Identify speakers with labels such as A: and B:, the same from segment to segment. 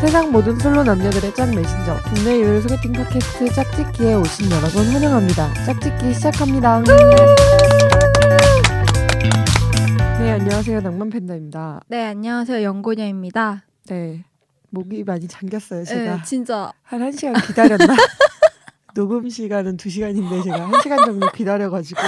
A: 세상 모든 솔로 남녀들의 짝 메신저 국내 유일 소개팅 팟캐스트 짝짓기에 오신 여러분 환영합니다. 짝짓기 시작합니다. 네 안녕하세요 낭만 팬다입니다.
B: 네, 안녕하세요. 연고녀입니다.
A: 네 목이 많이 잠겼어요 제가
B: 네, 진짜.
A: 한 1시간 기다렸나? 녹음 시간은 2시간인데 제가 1시간 정도 기다려가지고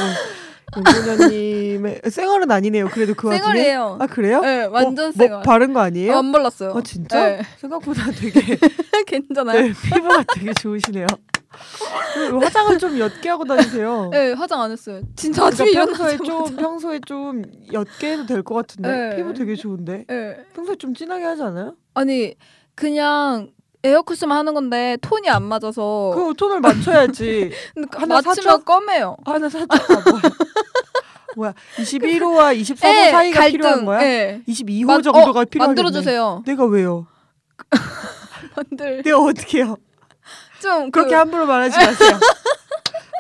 A: 윤소녀님의 쌩얼은 아니네요 그래도 그 와중에
B: 쌩얼이에요.
A: 아 그래요? 어,
B: 네, 완전
A: 목,
B: 쌩얼.
A: 목 바른 거 아니에요?
B: 안 발랐어요.
A: 아 진짜?
B: 네.
A: 생각보다 되게
B: 괜찮아요. 네.
A: 네, 피부가 되게 좋으시네요. 그 화장을 좀 옅게 하고 다니세요. 그러니까
B: 화장 안 네, 했어요. 진짜 아침에
A: 평소에
B: 일어나서
A: 좀 평소에 좀 옅게 해도 될 것 같은데
B: 네.
A: 피부 되게 좋은데
B: 네.
A: 평소에 좀 진하게 하지 않아요?
B: 아니, 그냥 에어쿠션만 하는 건데 톤이 안 맞아서
A: 그 톤을 맞춰야지.
B: 근데 그-
A: 하나
B: 맞추면
A: 사죠?
B: 껌해요.
A: 하나 사줘. 아, 뭐야? 뭐야? 21호와 24호
B: 예,
A: 사이가
B: 그 갈등.
A: 필요한 거야?
B: 예.
A: 22호
B: 만-
A: 정도가
B: 어,
A: 필요하겠네.
B: 만들어주세요.
A: 내가 왜요?
B: 만들.
A: 내가 어떻게 해요?
B: 그 좀
A: 그렇게
B: 그-
A: 함부로 말하지 마세요.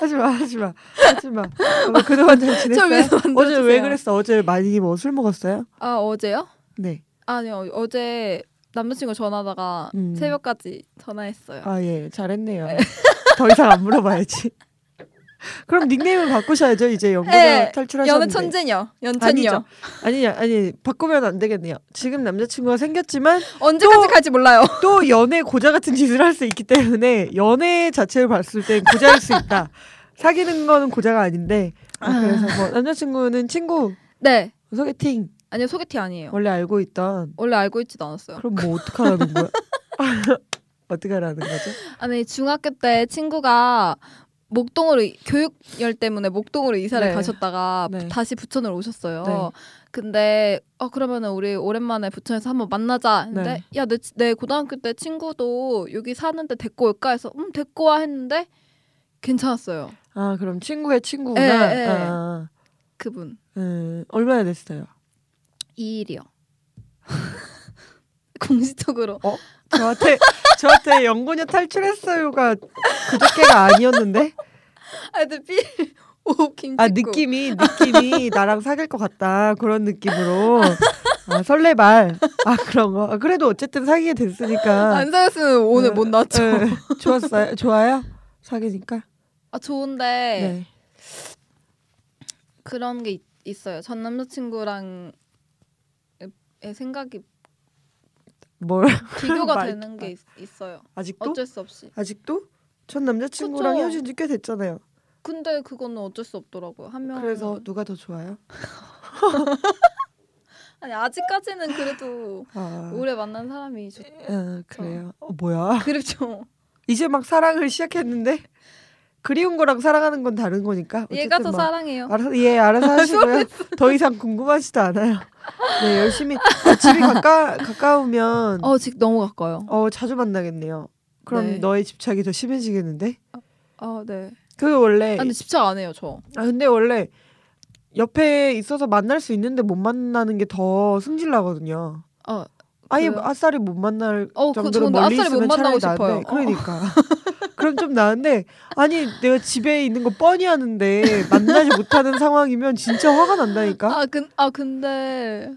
A: 하지 마, 하지 마, 하지 마. 어, 그동안 잘 지냈어요?
B: 위해서 만들어주세요.
A: 어제 왜 그랬어? 어제 많이 뭐 술 먹었어요?
B: 아, 어제요?
A: 네.
B: 아니요. 어제 남자친구 전화하다가
A: 음.
B: 새벽까지 전화했어요.
A: 아 예, 잘했네요. 더 이상 안 물어봐야지. 그럼 닉네임을 바꾸셔야죠. 이제 연구자
B: 네, 연애
A: 탈출하셨는데.
B: 천재녀. 연천녀.
A: 아니죠. 아니 아니 바꾸면 안 되겠네요. 지금 남자친구가 생겼지만
B: 언제까지
A: 또-
B: 갈지 몰라요.
A: 또 연애 고자 같은 짓을 할 수 있기 때문에 연애 자체를 봤을 땐 고자일 수 있다. 사귀는 거는 고자가 아닌데 아, 그래서 뭐 남자친구는 친구
B: 네.
A: 소개팅
B: 아니요 소개팅 아니에요.
A: 원래 알고 있던
B: 원래 알고 있지도 않았어요.
A: 그럼 뭐 어떡하라는 거야? 어떡하라는 거죠?
B: 아니 중학교 때 친구가 목동으로 이- 교육열 때문에 목동으로 이사를
A: 네.
B: 가셨다가
A: 네.
B: 다시 부천으로 오셨어요.
A: 네.
B: 근데 어 그러면은 우리 오랜만에 부천에서 한번 만나자.
A: 네.
B: 근데 야내 내 고등학교 때 친구도 여기 사는데 데리고 올까 해서 음 데리고 와 했는데 괜찮았어요.
A: 아 그럼 친구의 친구구나.
B: 예, 예.
A: 아,
B: 그분
A: 음, 얼마나 됐어요?
B: 이 일이요. 공식적으로
A: 저한테 저한테 영구녀 탈출했어요가 그저께가 아니었는데
B: 아 근데 삐오 김치
A: 아 느낌이 느낌이 나랑 사귈 것 같다 그런 느낌으로 아, 설레발 아 그런 거 아, 그래도 어쨌든 사귀게 됐으니까
B: 안 사였으면 오늘
A: 예,
B: 못 나왔죠.
A: 예. 좋았어요 좋아요 사귀니까
B: 아 좋은데
A: 네.
B: 그런 게 있, 있어요. 전 남자친구랑 의 생각이
A: 뭘
B: 비교가
A: 말-
B: 되는 게 있, 있어요.
A: 아직도
B: 어쩔 수 없이.
A: 아직도 전 남자친구랑
B: 그쵸.
A: 헤어진 지 꽤 됐잖아요.
B: 근데 그거는 어쩔 수 없더라고요. 한 명.
A: 그래서 누가 더 좋아요?
B: 아니 아직까지는 그래도
A: 아,
B: 오래 만난 사람이 좋.
A: 어, 그래요. 어, 뭐야?
B: 그렇죠.
A: 이제 막 사랑을 시작했는데 그리운 거랑 사랑하는 건 다른 거니까. 어쨌든
B: 얘가 더
A: 막
B: 사랑해요.
A: 알아서 예 알아서 하시고요. 더 이상 궁금하지도 않아요. 네 열심히 아, 집이 가까 가까우면 어.
B: 어, 직 너무 가까요.
A: 자주 만나겠네요. 그럼
B: 네.
A: 너의 집착이 더 심해지겠는데?
B: 아, 네.
A: 그게 원래
B: 아, 근데 집착 안 해요, 저.
A: 아 근데 원래 옆에 있어서 만날 수 있는데 못 만나는 게 더 승질 나거든요.
B: 어,
A: 아예
B: 그래요?
A: 아싸리 못 만날
B: 어, 그
A: 정도로
B: 저는
A: 멀리
B: 아싸리 못
A: 있으면 차라리
B: 만나고
A: 나은데
B: 싶어요.
A: 그러니까 그럼 좀 나은데 아니 내가 집에 있는 거 뻔히 아는데 만나지 못하는 상황이면 진짜 화가 난다니까.
B: 아, 근, 아 근데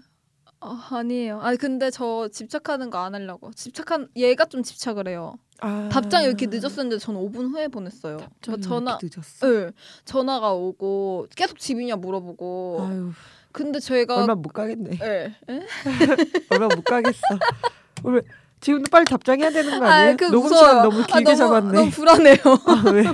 B: 아, 아니에요. 아니 근데 저 집착하는 거 안 하려고. 집착한 얘가 좀 집착을 해요.
A: 아,
B: 답장 이렇게 늦었었는데 저는 5분 후에 보냈어요.
A: 좀
B: 뭐 전화
A: 이렇게 늦었어.
B: 예. 전화가 오고 계속 집이냐 물어보고. 그러니까
A: 아유
B: 근데 저희가
A: 얼마 못 가겠네.
B: 예. 예?
A: 얼마 못 가겠어. 왜 지금도 빨리 답장해야 되는 거 아니에요?
B: 아이, 그
A: 녹음
B: 무서워요.
A: 시간 너무
B: 아,
A: 길게 잡았네.
B: 너무 불안해요.
A: 아, 왜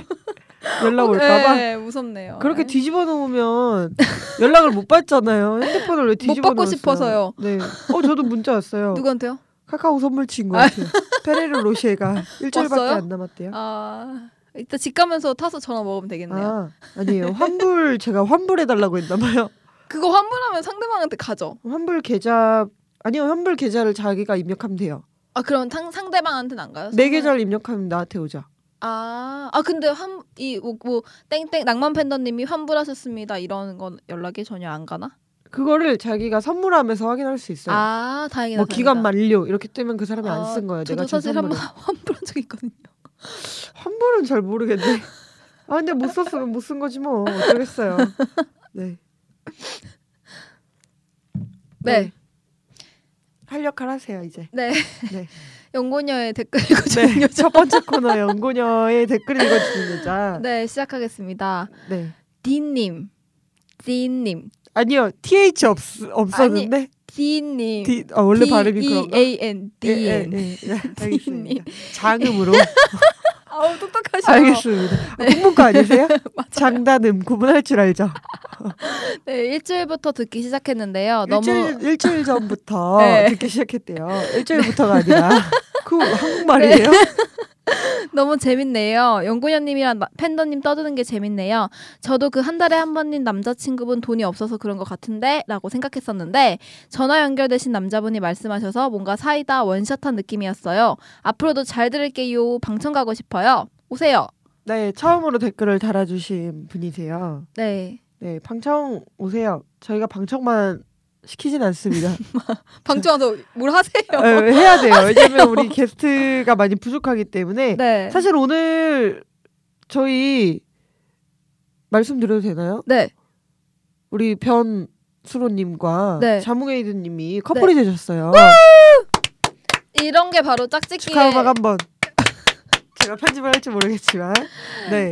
A: 연락 올까봐.
B: 예, 무섭네요.
A: 그렇게
B: 예.
A: 뒤집어 놓으면 연락을 못 받잖아요. 핸드폰을 왜 뒤집어
B: 받고
A: 놓았어요?
B: 싶어서요.
A: 네. 어 저도 문자 왔어요.
B: 예. 누구한테요?
A: 카카오 선물 친거 같아요. 페레르 로쉐가 일주일밖에
B: 왔어요?
A: 안 남았대요.
B: 아 이따 집 가면서 타서 전화 먹으면 되겠네요.
A: 네. 아, 아니에요. 환불 제가 환불해 달라고 했나 봐요.
B: 그거 환불하면 상대방한테 가죠.
A: 환불 계좌 아니요. 환불 계좌를 자기가 입력하면 돼요.
B: 아 그럼 상, 상대방한테는 안 가요?
A: 내
B: 상대방-
A: 계좌를 입력하면 나한테 오자.
B: 아, 아 근데 환 이 뭐 땡땡 낭만 팬더님이 환불하셨습니다 이런 건 연락이 전혀 안 가나?
A: 그거를 자기가 선물하면서 확인할 수 있어요.
B: 아 다행이다.
A: 뭐 기간
B: 다행이다.
A: 만료 이렇게 뜨면 그 사람이 안
B: 아,
A: 쓴 거예요. 내가
B: 저도
A: 준
B: 사실 한번
A: 선물을.
B: 환불한 적 있거든요.
A: 환불은 잘 모르겠네. 아 근데 못 썼으면 못 쓴 거지 뭐 어쩌겠어요. 네.
B: 네.
A: 할 역할 하세요 이제.
B: 네.
A: 네.
B: 연고녀의 댓글 읽어주는
A: 네,
B: 여자.
A: 첫 번째 코너 연고녀의 댓글 읽어주는 여자.
B: 네, 시작하겠습니다.
A: 네.
B: 디님, 디님,
A: 아니요, th 없, 없었는데
B: 디님.
A: D, 어, 원래 발음이 그런가?
B: E A N D
A: 예, 예,
B: N.
A: 예, 예, 알겠습니다.
B: D님.
A: 장음으로
B: 아우 똑똑하시다.
A: 알겠습니다. 아,
B: 네.
A: 국문과 아니세요?
B: 맞아요.
A: 장단음 구분할 줄 알죠.
B: 네, 일주일부터 듣기 시작했는데요. 아, 너무
A: 일주일, 일주일 전부터
B: 네.
A: 듣기 시작했대요. 일주일부터가 아니라 그 한국말이에요?
B: 너무 재밌네요. 연구녀님이랑 나- 팬더님 떠드는 게 재밌네요. 저도 그 한 달에 한 번인 남자친구분 돈이 없어서 그런 것 같은데라고 생각했었는데 전화 연결되신 남자분이 말씀하셔서 뭔가 사이다 원샷한 느낌이었어요. 앞으로도 잘 들을게요. 방청 가고 싶어요. 오세요.
A: 네, 처음으로 댓글을 달아주신 분이세요.
B: 네.
A: 네, 방청 오세요. 저희가 방청만 시키진 않습니다.
B: 방청하서 뭘
A: 어,
B: 하세요?
A: 해야 돼요. 왜냐면 우리 게스트가 많이 부족하기 때문에
B: 네.
A: 사실 오늘 저희 말씀드려도 되나요?
B: 네.
A: 우리 변수로님과
B: 네.
A: 자무게이드님이 커플이 되셨어요.
B: 이런 게 바로 짝짓기의
A: 축하 음악 한번. 제가 편집을 할지 모르겠지만, 네.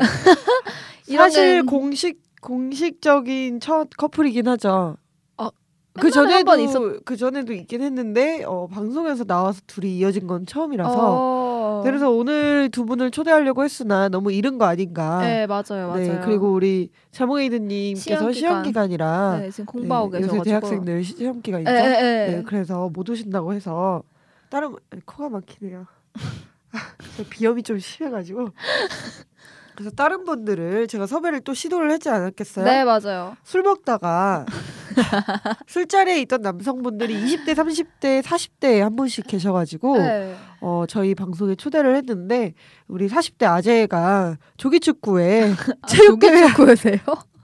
B: 이런
A: 사실
B: 게-
A: 공식 공식적인 첫 커플이긴 하죠.
B: 어,
A: 그
B: 옛날에 한번
A: 전에도 그 전에도 있긴 했는데 어, 방송에서 나와서 둘이 이어진 건 처음이라서
B: 어.
A: 그래서 오늘 두 분을 초대하려고 했으나 너무 이른 거 아닌가.
B: 네, 맞아요. 맞아요.
A: 네, 그리고 우리 자몽에이드님께서
B: 시험 기간.
A: 시험 기간이라
B: 네, 지금 공부하고
A: 네,
B: 계셔가지고
A: 요새 대학생들 시- 시험 기간 있죠.
B: 예, 예, 예.
A: 네, 그래서 못 오신다고 해서 다른 코가 막히네요. 저 비염이 좀 심해가지고 그래서 다른 분들을 제가 섭외를 또 시도를 하지 않았겠어요.
B: 네, 맞아요.
A: 술 먹다가 술자리에 있던 남성분들이 20대, 30대, 40대에 한 분씩 계셔가지고
B: 네.
A: 어, 저희 방송에 초대를 했는데 우리 40대 아재가 조기축구에
B: 아,
A: 체육대회
B: 구하세요?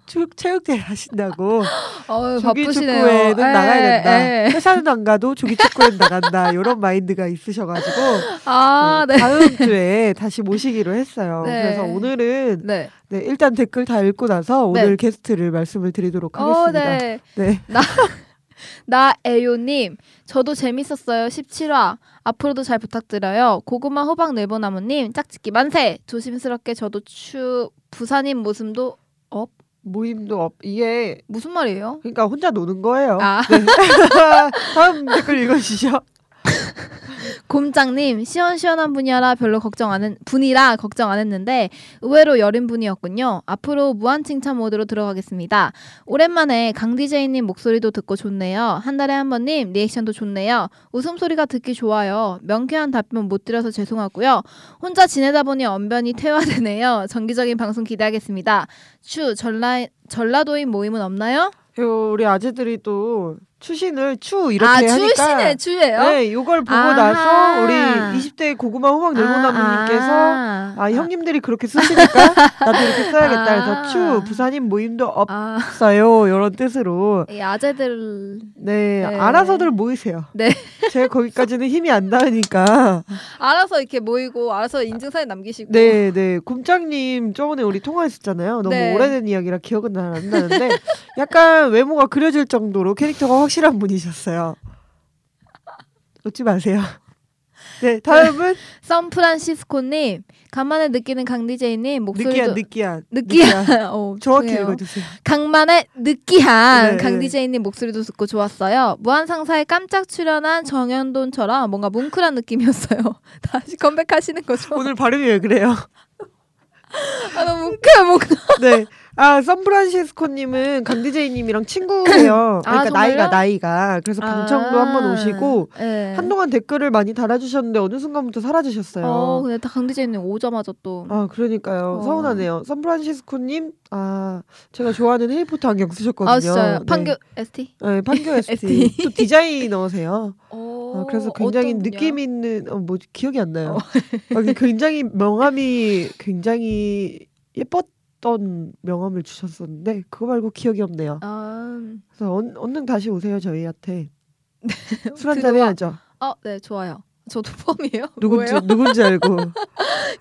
A: 축- 체육대회 하신다고
B: 어, 바쁘시네요.
A: 조기축구에는
B: 예,
A: 나가야 된다.
B: 예.
A: 회사는 안 가도 조기축구에는 나간다. 이런 마인드가 있으셔가지고
B: 아,
A: 네,
B: 네.
A: 다음 주에 다시 모시기로 했어요.
B: 네.
A: 그래서 오늘은
B: 네.
A: 네, 일단 댓글 다 읽고 나서
B: 네.
A: 오늘 게스트를 말씀을 드리도록
B: 어,
A: 하겠습니다.
B: 네.
A: 네.
B: 나에요님, 저도 재밌었어요. 17화. 앞으로도 잘 부탁드려요. 고구마 호박 네모나무님, 짝짓기 만세! 조심스럽게 저도 추, 부산인 모습도,
A: 모임도 없, 이게
B: 무슨 말이에요?
A: 그러니까 혼자 노는 거예요.
B: 아,
A: 다음 댓글 읽어주시죠.
B: 곰짱님, 시원시원한 분이라 별로 걱정 안 했, 분이라 걱정 안 했는데, 의외로 여린 분이었군요. 앞으로 무한 칭찬 모드로 들어가겠습니다. 오랜만에 강 DJ님 목소리도 듣고 좋네요. 한 달에 한 번님 리액션도 좋네요. 웃음소리가 듣기 좋아요. 명쾌한 답변 못 드려서 죄송하고요. 혼자 지내다 보니 언변이 퇴화되네요. 정기적인 방송 기대하겠습니다. 추, 전라, 전라도인 모임은 없나요?
A: 그리고 우리 아재들이 또 추신을 추 이렇게
B: 아,
A: 하니까
B: 추시네, 추예요?
A: 네, 이걸 보고
B: 아하.
A: 나서 우리 20대 고구마 호박 네모나무님께서
B: 아,
A: 아, 형님들이 그렇게 쓰시니까 나도 이렇게 써야겠다
B: 아.
A: 해서 추 부산인 모임도
B: 아.
A: 없어요 이런 뜻으로
B: 이 아재들
A: 네,
B: 네.
A: 알아서들 모이세요.
B: 네.
A: 제가 거기까지는 힘이 안 닿으니까
B: 알아서 이렇게 모이고 알아서 인증사진 남기시고
A: 네, 네. 곰장님 저번에 우리 통화했었잖아요. 너무
B: 어. 네.
A: 오래된 이야기라 기억은 잘 안 나는데 약간 외모가 그려질 정도로 캐릭터가 확실한 분이셨어요. 웃지 마세요. 네, 다음은
B: 샌프란시스코님 간만에 느끼는
A: 느끼한
B: 강디제이님 목소리도
A: 느끼한
B: 느끼한, 어,
A: 정확히
B: 죄송해요.
A: 읽어주세요.
B: 강만의
A: 네,
B: 느끼한 강
A: 네.
B: 디제이님 목소리도 듣고 좋았어요. 무한상사에 깜짝 출연한 정현돈처럼 뭔가 뭉클한 느낌이었어요. 다시 컴백하시는 거죠?
A: 오늘 발음이 왜 그래요?
B: 아, 너무 뭉클 뭉클.
A: 네. 아, 샌프란시스코님은 강디제이님이랑 친구예요.
B: 아,
A: 그러니까
B: 정말요? 아.
A: 나이가 나이가. 그래서 방청도 한번 오시고
B: 네.
A: 한동안 댓글을 많이 달아주셨는데 어느 순간부터 사라지셨어요.
B: 어, 근데 다 강디제이님 오자마자 또
A: 아 그러니까요
B: 어.
A: 서운하네요 산프란시스코님 아 제가 좋아하는 해리포터 안경 쓰셨거든요
B: 아, 진짜요?
A: 네.
B: 판교 ST?
A: 네, 판교 ST
B: ST.
A: 또 디자이너세요
B: 오,
A: 어, 그래서 굉장히
B: 어떤 분이야?
A: 느낌 있는 어, 뭐 기억이 안 나요 어, 굉장히 명함이 굉장히 예뻤던 명함을 주셨었는데 그거 말고 기억이 없네요
B: 아,
A: 그래서 언, 얼른 다시 오세요 저희한테 술 한잔
B: 들어와.
A: 해야죠
B: 어, 네, 좋아요. 저도 펌이에요.
A: 누군지
B: 뭐예요? 네.
A: 누군지 알고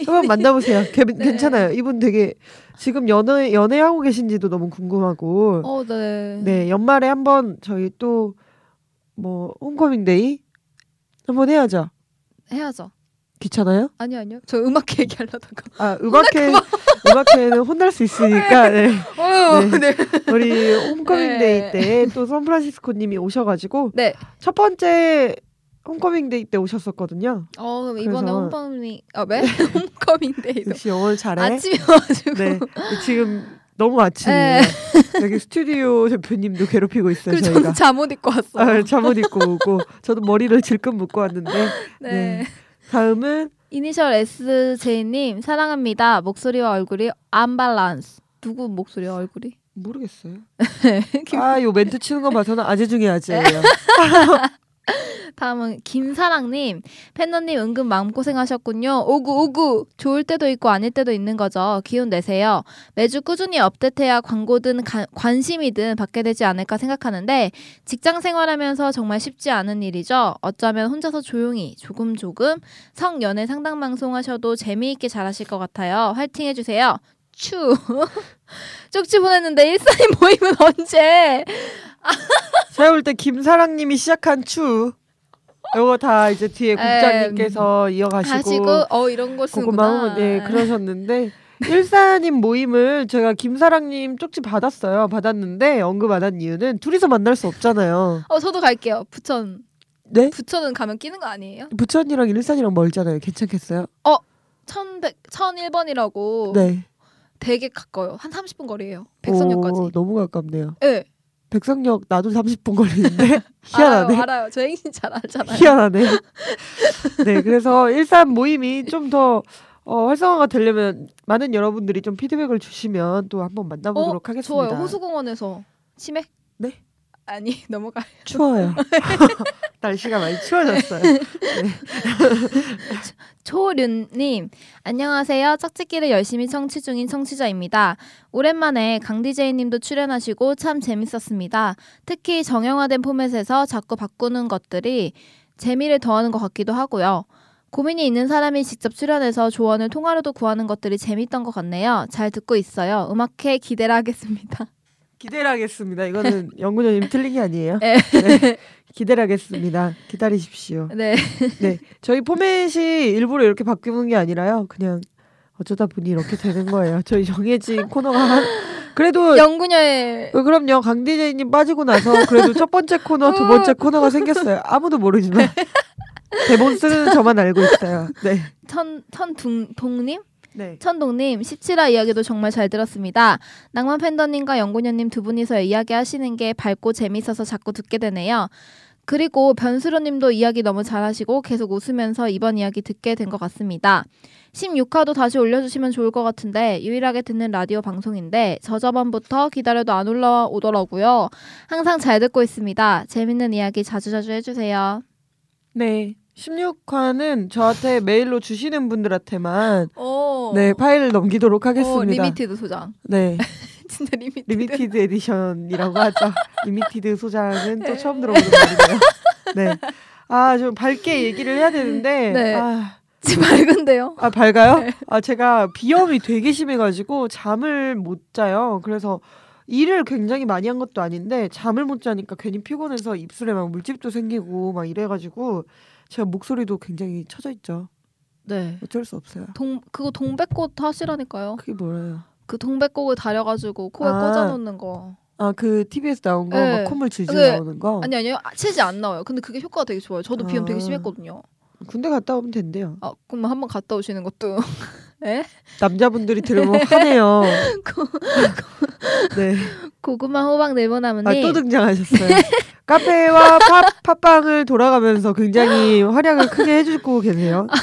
A: 한번 만나보세요. 개- 괜찮아요. 이분 되게 지금 연애 연애하고 계신지도 너무 궁금하고
B: 어, 네.
A: 네 연말에 한번 저희 또 뭐 홈커밍데이 한번 해야죠.
B: 해야죠.
A: 귀찮아요?
B: 아니요 아니요. 저 음악 얘기하려다가.
A: 아 음악회 음악회는 혼날 수 있으니까 네.
B: 어휴, 네.
A: 우리 홈커밍데이
B: 네.
A: 때 또 샌프란시스코님이 오셔가지고
B: 네.
A: 첫 번째 홈커밍데이 때 오셨었거든요.
B: 어 그럼 이번에
A: 그래서- 네.
B: 홈커밍 아 왜? 홈커밍데이도
A: 역시 영어를 잘해.
B: 아침에 와가지고. 네.
A: 네 지금 너무 아침이에요. 여기 스튜디오 대표님도 괴롭히고 있어요
B: 그리고
A: 저희가.
B: 저는 잠옷 입고 왔어요.
A: 아, 잠옷 입고 오고 저도 머리를 질끈 묶고 왔는데 네.
B: 네.
A: 다음은
B: 이니셜 SJ님 사랑합니다. 목소리와 얼굴이 안발란스. 누구 목소리 와 얼굴이?
A: 모르겠어요.
B: 김- 네.
A: 아 요 멘트 치는 거 봐서는 아재 중에 아재예요.
B: 다음은 김사랑님 팬너님 은근 마음고생하셨군요. 오구 오구 좋을 때도 있고 아닐 때도 있는 거죠. 기운 내세요. 매주 꾸준히 업데이트해야 광고든 가- 관심이든 받게 되지 않을까 생각하는데 직장 생활하면서 정말 쉽지 않은 일이죠. 어쩌면 혼자서 조용히 조금 조금 성연애 상담 방송 하셔도 재미있게 잘하실 것 같아요. 화이팅 해주세요. 추 쪽지 보냈는데 일산이 모임은 언제?
A: 제가 볼 때 김사랑님이 시작한 추 요거 다 이제 뒤에
B: 네,
A: 국장님께서
B: 음,
A: 이어가시고,
B: 하시고 어 이런 걸 쓰는구나.
A: 고구마음 네 그러셨는데 일사님 모임을 제가 김사랑님 쪽지 받았어요. 받았는데 언급 안 한 이유는 둘이서 만날 수 없잖아요.
B: 어 저도 갈게요. 부천.
A: 네?
B: 부천은 가면 끼는 거 아니에요?
A: 부천이랑 일산이랑 멀잖아요. 괜찮겠어요?
B: 1100 1001번이라고
A: 네.
B: 되게 가까워요. 한 30분 거리예요. 백성역까지.
A: 오, 너무 가깝네요.
B: 예. 네.
A: 백성역 나도 30분 걸리는데 희한하네.
B: 알아요. 알아요. 저 행신 잘 알잖아요.
A: 희한하네. 네, 그래서 일산 모임이 좀 더 어, 활성화가 되려면 많은 여러분들이 좀 피드백을 주시면 또 한번 만나보도록 하겠습니다.
B: 어, 좋아요. 호수공원에서 치맥?
A: 네?
B: 아니, 넘어가.
A: 추워요. 날씨가 많이 추워졌어요.
B: 조륜님, 안녕하세요. 짝짓기를 열심히 청취 중인 청취자입니다. 오랜만에 강디제이님도 출연하시고 참 재밌었습니다. 특히 정형화된 포맷에서 자꾸 바꾸는 것들이 재미를 더하는 것 같기도 하고요. 고민이 있는 사람이 직접 출연해서 조언을 통화로도 구하는 것들이 재밌던 것 같네요. 잘 듣고 있어요. 음악회 기대를 하겠습니다.
A: 기대를 하겠습니다. 이거는 영구녀님 틀린 게 아니에요.
B: 네.
A: 네, 기대를 하겠습니다. 기다리십시오.
B: 네.
A: 네, 저희 포맷이 일부러 이렇게 바뀌는 게 아니라요. 그냥 어쩌다 보니 이렇게 되는 거예요. 저희 정해진 코너가 한- 그래도
B: 영구녀의
A: 어, 그럼요. 강디제이님 빠지고 나서 그래도 첫 번째 코너, 두 번째 코너가 생겼어요. 아무도 모르지만 대본 쓰는 저만 알고 있어요. 네.
B: 천, 천둥동님?
A: 네.
B: 천동님, 17화 이야기도 정말 잘 들었습니다. 낭만 팬더님과 영구녀님 두 분이서 이야기하시는 게 밝고 재밌어서 자꾸 듣게 되네요. 그리고 변수로님도 이야기 너무 잘하시고 계속 웃으면서 이번 이야기 듣게 된 것 같습니다. 16화도 다시 올려주시면 좋을 것 같은데 유일하게 듣는 라디오 방송인데 저저번부터 기다려도 안 올라오더라고요. 항상 잘 듣고 있습니다. 재밌는 이야기 자주자주 해주세요.
A: 네. 16화는 저한테 메일로 주시는 분들한테만
B: 오,
A: 네, 파일을 넘기도록 하겠습니다.
B: 어. 리미티드 소장.
A: 네.
B: 진짜 리미티드.
A: 리미티드 에디션이라고 하죠. 리미티드 소장은
B: 네.
A: 또 처음 들어보는 말이네요. 네. 아, 좀 밝게 얘기를 해야 되는데
B: 네.
A: 아,
B: 지금 밝은데요.
A: 아 밝아요? 아 제가 비염이 되게 심해가지고 잠을 못 자요. 그래서 일을 굉장히 많이 한 것도 아닌데 잠을 못 자니까 괜히 피곤해서 입술에 막 물집도 생기고 막 이래가지고 제가 목소리도 굉장히 처져 있죠.
B: 네.
A: 어쩔 수 없어요.
B: 동 그거 동백꽃 하시라니까요.
A: 그게 뭐예요?
B: 그 동백꽃을 다려가지고 코에
A: 아.
B: 꽂아놓는 거.
A: 아 그 TV에서 나온 거,
B: 네.
A: 막 콧물 질질
B: 네.
A: 나오는 거.
B: 아니 아니요 아, 치지 안 나와요. 근데 그게 효과가 되게 좋아요. 저도 비염
A: 아.
B: 되게 심했거든요.
A: 군대 갔다 오면 된대요.
B: 아 그럼 한번 갔다 오시는 것도 네?
A: 남자분들이 들으면 화내요.
B: 고-
A: 네.
B: 고구마 호박 네모나무님.
A: 아, 또 등장하셨어요.
B: 네.
A: 카페와 팝, 팝빵을 돌아가면서 굉장히 활약을 크게 해주고 계세요.
B: 아.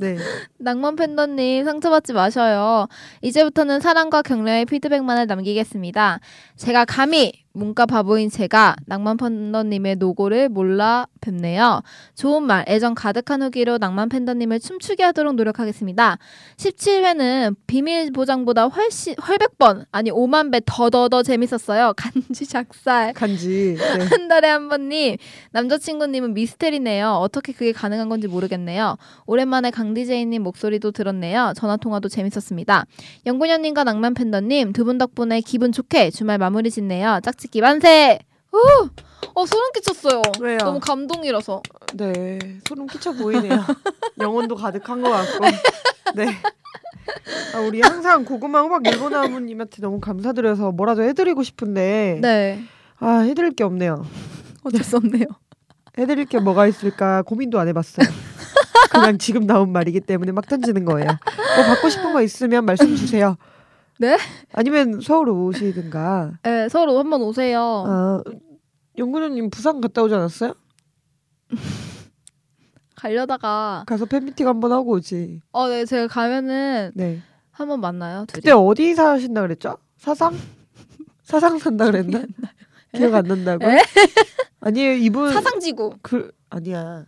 A: 네.
B: 낭만 팬더님 상처받지 마셔요. 이제부터는 사랑과 격려의 피드백만을 남기겠습니다. 제가 감히 문과 바보인 제가 낭만 팬더님의 노고를 몰라 뵙네요. 좋은 말, 애정 가득한 후기로 낭만 팬더님을 춤추게 하도록 노력하겠습니다. 17회는 비밀 보장보다 훨씬 헐백 번 아니 5만 배 더더더 재밌었어요. 간지 작살.
A: 간지. 네.
B: 한 달에 한 번님 남자친구님은 미스테리네요. 어떻게 그게 가능한 건지 모르겠네요. 오랜만에 강디제이님 목소리도 들었네요. 전화 통화도 재밌었습니다. 영구년님과 낭만 팬더님 두 분 덕분에 기분 좋게 주말 마무리 짓네요. 짝짓기 만세! 어 소름 끼쳤어요.
A: 왜요?
B: 너무 감동이라서.
A: 네, 소름 끼쳐 보이네요. 영혼도 가득한 것 같고. 네. 아, 우리 항상 고구마 호박 일본나무님한테 너무 감사드려서 뭐라도 해드리고 싶은데
B: 네.
A: 아 해드릴 게 없네요.
B: 어쩔 수 없네요.
A: 해드릴 게 뭐가 있을까 고민도 안 해봤어요. 그냥 지금 나온 말이기 때문에 막 던지는 거예요. 뭐 받고 싶은 거 있으면 말씀 주세요.
B: 네?
A: 아니면 서울 오시든가.
B: 네, 서로 한번 오세요.
A: 아, 영근우님 부산 갔다 오지 않았어요?
B: 가려다가
A: 가서 팬미팅 한번 하고 오지.
B: 어, 네, 제가 가면은
A: 네.
B: 한번 만나요. 둘이.
A: 그때 어디 사신다 그랬죠? 사상? 사상 산다 그랬나? 기억 안 난다고?
B: 에?
A: 아니에요
B: 네.
A: 이분
B: 사상지구.
A: 그 아니야.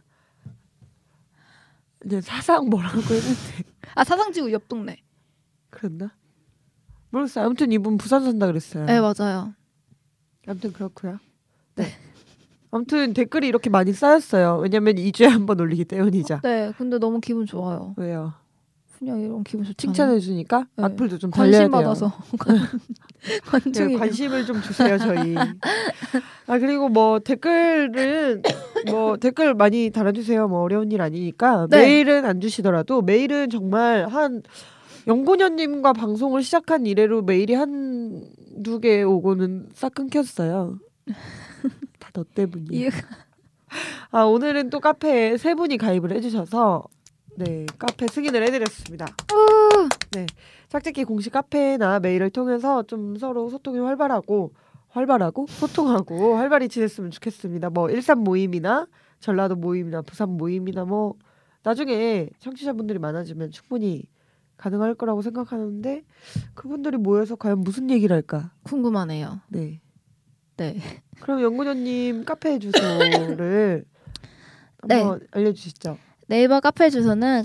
A: 이제 사상 뭐라고 했는데
B: 아, 사상지구 옆 동네.
A: 그랬나? 모르겠어요. 아무튼 이분 부산 산다 그랬어요.
B: 네, 맞아요.
A: 아무튼 그렇고요. 네. 아무튼 댓글이 이렇게 많이 쌓였어요. 왜냐면 2주에 한 번 올리기 때문이자.
B: 네, 근데 너무 기분 좋아요.
A: 왜요?
B: 그냥 이런 기분 좋죠.
A: 칭찬해 주니까
B: 네.
A: 악플도 좀 달려야 돼요.
B: 관심 받아서 관중이
A: 네, 관심을 좀 주세요 저희. 아 그리고 뭐 댓글은 뭐 댓글 많이 달아주세요. 뭐 어려운 일 아니니까
B: 네.
A: 메일은 안 주시더라도 메일은 정말 한 영고년님과 방송을 시작한 이래로 메일이 한두 개 오고는 싹 끊겼어요. 다 너 때문이야.
B: 이해가
A: 아 오늘은 또 카페에 세 분이 가입을 해주셔서 네 카페 승인을 해드렸습니다. 네 짝짓기 공식 카페나 메일을 통해서 좀 서로 소통이 활발하고 활발하고 소통하고 활발히 지냈으면 좋겠습니다. 뭐 일산 모임이나 전라도 모임이나 부산 모임이나 뭐 나중에 청취자분들이 많아지면 충분히 가능할 거라고 생각하는데 그분들이 모여서 과연 무슨 얘기를 할까?
B: 궁금하네요.
A: 네.
B: 네.
A: 그럼 연구자님 카페 주소를
B: 네.
A: 한번 알려주시죠.
B: 네이버 카페 주소는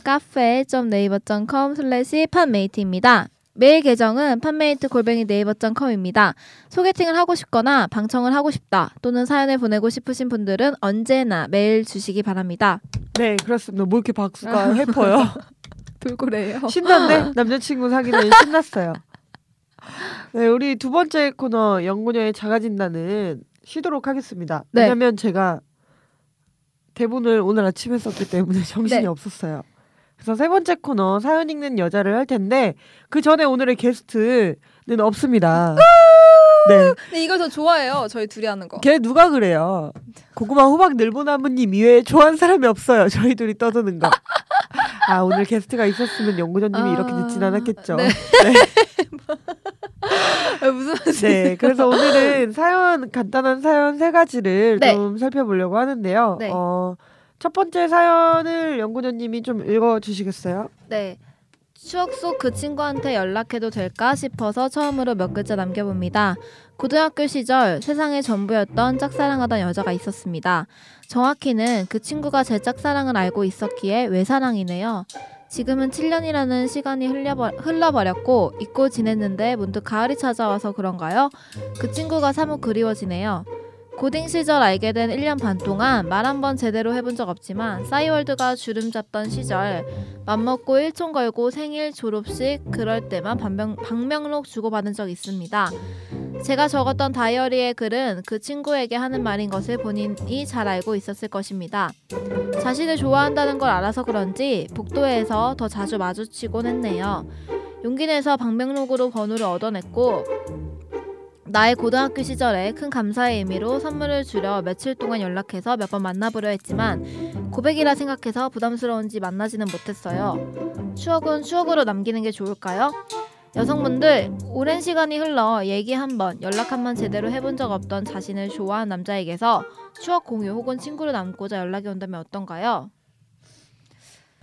B: 카페.네이버.com/slash 팟메이트입니다. 메일 계정은 팟메이트 골뱅이 네이버.com입니다. 소개팅을 하고 싶거나 방청을 하고 싶다 또는 사연을 보내고 싶으신 분들은 언제나 메일 주시기 바랍니다.
A: 네, 그렇습니다. 뭐 이렇게 박수가 해퍼요.
B: 돌고래요.
A: 신났네. 남자친구 사귀는 신났어요. 네, 우리 두 번째 코너 연구녀의 자가진단은 쉬도록 하겠습니다.
B: 네.
A: 왜냐면 제가 대본을 오늘 아침에 썼기 때문에 정신이
B: 네.
A: 없었어요. 그래서 세 번째 코너 사연 읽는 여자를 할 텐데 그 전에 오늘의 게스트는 없습니다. 네,
B: 근데 이걸 더 좋아해요. 저희 둘이 하는 거.
A: 걔 누가 그래요? 고구마 호박 늘보나무님 이외에 좋아하는 사람이 없어요. 저희 둘이 떠드는 거. 아 오늘 게스트가 있었으면 연구자님이
B: 아,
A: 이렇게 늦진 않았겠죠.
B: 네.
A: 네.
B: 무슨
A: 네, 그래서 오늘은 사연 간단한 사연 세 가지를
B: 네.
A: 좀 살펴보려고 하는데요.
B: 네.
A: 어, 첫 번째 사연을 연구자님이 좀 읽어주시겠어요?
B: 네. 추억 속 그 친구한테 연락해도 될까 싶어서 처음으로 몇 글자 남겨봅니다. 고등학교 시절 세상의 전부였던 짝사랑하던 여자가 있었습니다. 정확히는 그 친구가 제 짝사랑을 알고 있었기에 외사랑이네요. 지금은 7년이라는 시간이 흘려버, 흘러버렸고 잊고 지냈는데 문득 가을이 찾아와서 그런가요? 그 친구가 사뭇 그리워지네요. 고딩 시절 알게 된 1년 반 동안 말 한 번 제대로 해본 적 없지만 싸이월드가 주름 잡던 시절 맘먹고 일촌 걸고 생일 졸업식 그럴 때만 반명, 방명록 주고받은 적 있습니다. 제가 적었던 다이어리의 글은 그 친구에게 하는 말인 것을 본인이 잘 알고 있었을 것입니다. 자신을 좋아한다는 걸 알아서 그런지 복도에서 더 자주 마주치곤 했네요. 용기 내서 방명록으로 번호를 얻어냈고 나의 고등학교 시절에 큰 감사의 의미로 선물을 주려 며칠 동안 연락해서 몇 번 만나보려 했지만 고백이라 생각해서 부담스러운지 만나지는 못했어요. 추억은 추억으로 남기는 게 좋을까요? 여성분들, 오랜 시간이 흘러 얘기 한 번, 연락 한 번 제대로 해본 적 없던 자신을 좋아한 남자에게서 추억 공유 혹은 친구로 남고자 연락이 온다면 어떤가요?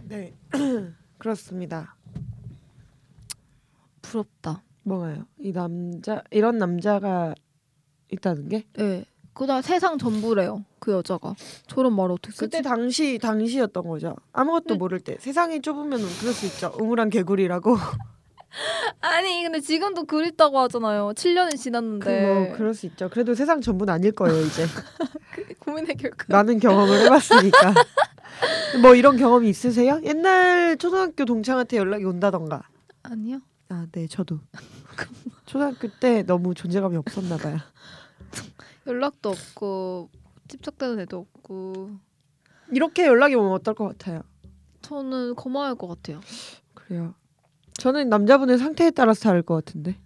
A: 네, 그렇습니다.
B: 부럽다.
A: 뭐가요? 이 남자 이런 남자가 있다는 게?
B: 예. 그다 세상 전부래요. 그 여자가 저런 말 어떻게
A: 그때 당시 당시였던 거죠. 아무것도
B: 음.
A: 모를 때 세상이 좁으면 그럴 수 있죠. 우물한 개구리라고.
B: 아니 근데 지금도 그립다고 하잖아요. 7년이 지났는데
A: 뭐 그럴 수 있죠. 그래도 세상 전부는 아닐 거예요 이제.
B: 고민의 결과.
A: 나는 경험을 해봤으니까. 뭐 이런 경험이 있으세요? 옛날 초등학교 동창한테 연락이 온다던가.
B: 아니요.
A: 아, 네, 저도. 초등학교 때 너무 존재감이 없었나 봐요.
B: 연락도 없고 집착되는 애도 없고
A: 이렇게 연락이 오면 어떨 것 같아요?
B: 저는 고마울 것 같아요.
A: 그래요. 저는 남자분의 상태에 따라서 다를 것 같은데. 어,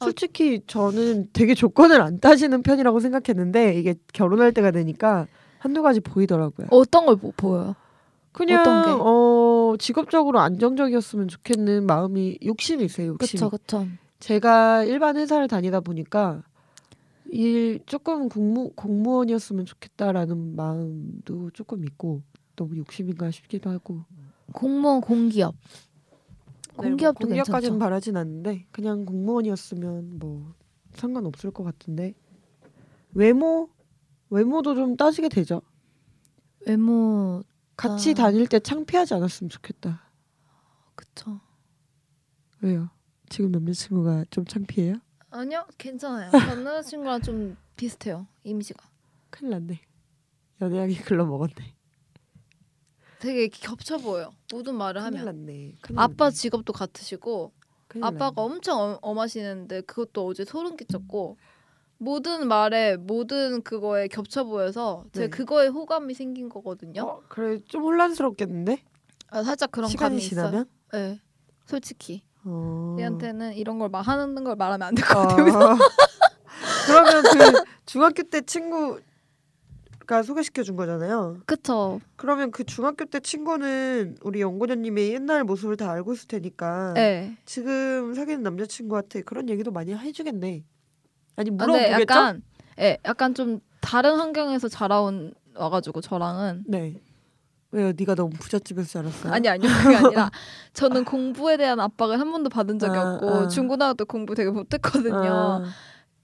B: 아.
A: 솔직히 저는 되게 조건을 안 따지는 편이라고 생각했는데 이게 결혼할 때가 되니까 한두 가지 보이더라고요.
C: 어떤 걸 보- 보여요?
A: 그냥
C: 어떤 게?
A: 어 직업적으로 안정적이었으면 좋겠는 마음이 욕심이 있어요. 욕심이.
C: 그쵸 그쵸.
A: 제가 일반 회사를 다니다 보니까 일 조금 공무 공무원이었으면 좋겠다라는 마음도 조금 있고 너무 욕심인가 싶기도 하고
C: 공무원 공기업.
B: 네, 뭐
C: 공기업도
A: 네, 뭐 공기업까지는
C: 괜찮죠.
A: 바라진 않는데 그냥 공무원이었으면 뭐 상관없을 것 같은데 외모 외모도 좀 따지게 되죠.
C: 외모
A: 같이
C: 아.
A: 다닐 때 창피하지 않았으면 좋겠다.
C: 그쵸.
A: 왜요? 지금 남자친구가 좀 창피해요?
B: 아니요, 괜찮아요. 전 남자친구랑 좀 비슷해요. 이미지가
A: 큰일 났네. 연애하기 글러 먹었네.
B: 되게 겹쳐 보여. 모든 말을
A: 큰일
B: 하면
A: 났네. 큰일
B: 아빠
A: 났네.
B: 직업도 같으시고
A: 큰일
B: 아빠가
A: 났네.
B: 엄청 엄- 엄하시는데 그것도 어제 소름 끼쳤고 모든 말에 모든 그거에 겹쳐 보여서 제가
A: 네.
B: 그거에 호감이 생긴 거거든요.
A: 어, 그래 좀 혼란스럽겠는데?
B: 아, 살짝 그런
A: 시간이
B: 감이 있어요.
A: 지나면?
B: 네, 솔직히
A: 어.
B: 얘한테는 이런 걸 막 하는 걸 말하면 안 될 것 같아요.
A: 아. 그러면 그 중학교 때 친구가 소개시켜 준 거잖아요.
B: 그쵸.
A: 그러면 그 중학교 때 친구는 우리 연고녀님의 옛날 모습을 다 알고 있을 테니까
B: 네.
A: 지금 사귀는 남자친구한테 그런 얘기도 많이 해주겠네. 아니
B: 아, 네,
A: 물어보겠죠?
B: 약간 예, 약간 좀 다른 환경에서 자라온 와가지고 저랑은
A: 네. 왜요? 네가 너무 부잣집에서 자랐어?
B: 아니 아니요 그게 아니라 저는 공부에 대한 압박을 한 번도 받은 적이
A: 아,
B: 없고
A: 아.
B: 중고등학교 공부 되게 못했거든요.
A: 어.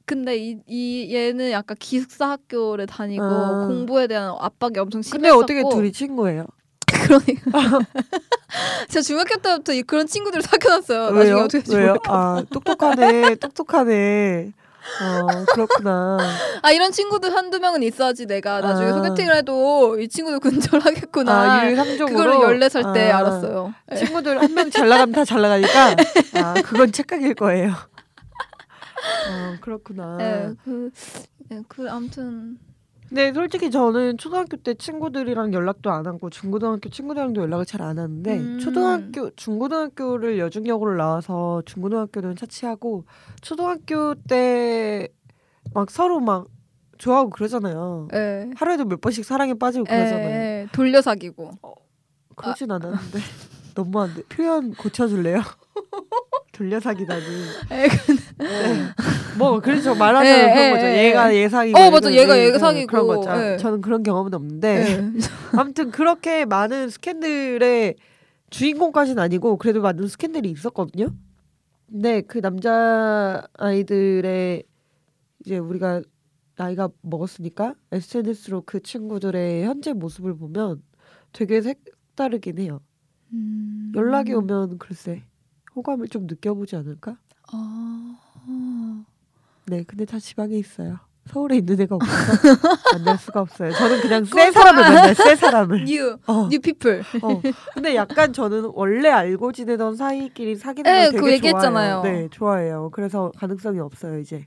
B: 근데 이, 이 얘는 약간 기숙사 학교를 다니고
A: 아.
B: 공부에 대한 압박이 엄청 심했었고
A: 근데 어떻게 둘이 친구예요?
B: 그러니까 제가 중학교 때부터 이- 그런 친구들을 사귀어놨어요. 나중에 어떻게 될지
A: 아, 왜요?
B: 몰라.
A: 아 똑똑하네, 똑똑하네. 어 그렇구나.
B: 아 이런 친구들 한두 명은 있어야지 내가 나중에
A: 아.
B: 소개팅을 해도 이 친구도 근절하겠구나.
A: 아 일상적으로
B: 그거를 14살 때
A: 아,
B: 알았어요. 예.
A: 친구들 한 명 잘 나가면 다 잘 나가니까 아 그건 착각일 거예요. 어 그렇구나.
B: 예, 그, 예, 그 아무튼
A: 근데 솔직히 저는 초등학교 때 친구들이랑 연락도 안 하고 중고등학교 친구들이랑도 연락을 잘 안 하는데
B: 음.
A: 초등학교 중고등학교를 여중역으로 나와서 중고등학교는 차치하고 초등학교 때 막 서로 막 좋아하고 그러잖아요.
B: 예.
A: 하루에도 몇 번씩 사랑에 빠지고 그러잖아요. 어.
B: 예, 아. 예, 돌려 사귀고
A: 그러진 않았는데 너무한데 표현 고쳐줄래요? 돌려 사기다니.
B: 예,
A: 네. 뭐 그래서 말하자면
B: 예,
A: 그런
B: 예,
A: 거죠.
B: 예.
A: 얘가 얘 사기고.
B: 어, 맞아.
A: 얘는
B: 얘가
A: 얘
B: 얘가
A: 사기고 그런
B: 사기고.
A: 거죠.
B: 예.
A: 저는 그런 경험은 없는데
B: 예.
A: 아무튼 그렇게 많은 스캔들의 주인공까지는 아니고 그래도 많은 스캔들이 있었거든요. 근데 그 남자 아이들의 이제 우리가 나이가 먹었으니까 SNS로 그 친구들의 현재 모습을 보면 되게 색다르긴 해요.
B: 음.
A: 연락이 오면 글쎄 호감을 좀 느껴보지 않을까?
C: 아.
A: 네, 근데 다 지방에 있어요. 서울에 있는 애가 없어서 만날 수가 없어요. 저는 그냥 쎄 사람을 만나요. 쎄 사람을.
B: 뉴
A: 어.
B: 뉴 피플.
A: 어. 근데 약간 저는 원래 알고 지내던 사이끼리 사귀는
B: 예,
A: 걸 되게
B: 그거
A: 좋아해요.
B: 얘기했잖아요.
A: 네, 좋아해요. 그래서 가능성이 없어요 이제.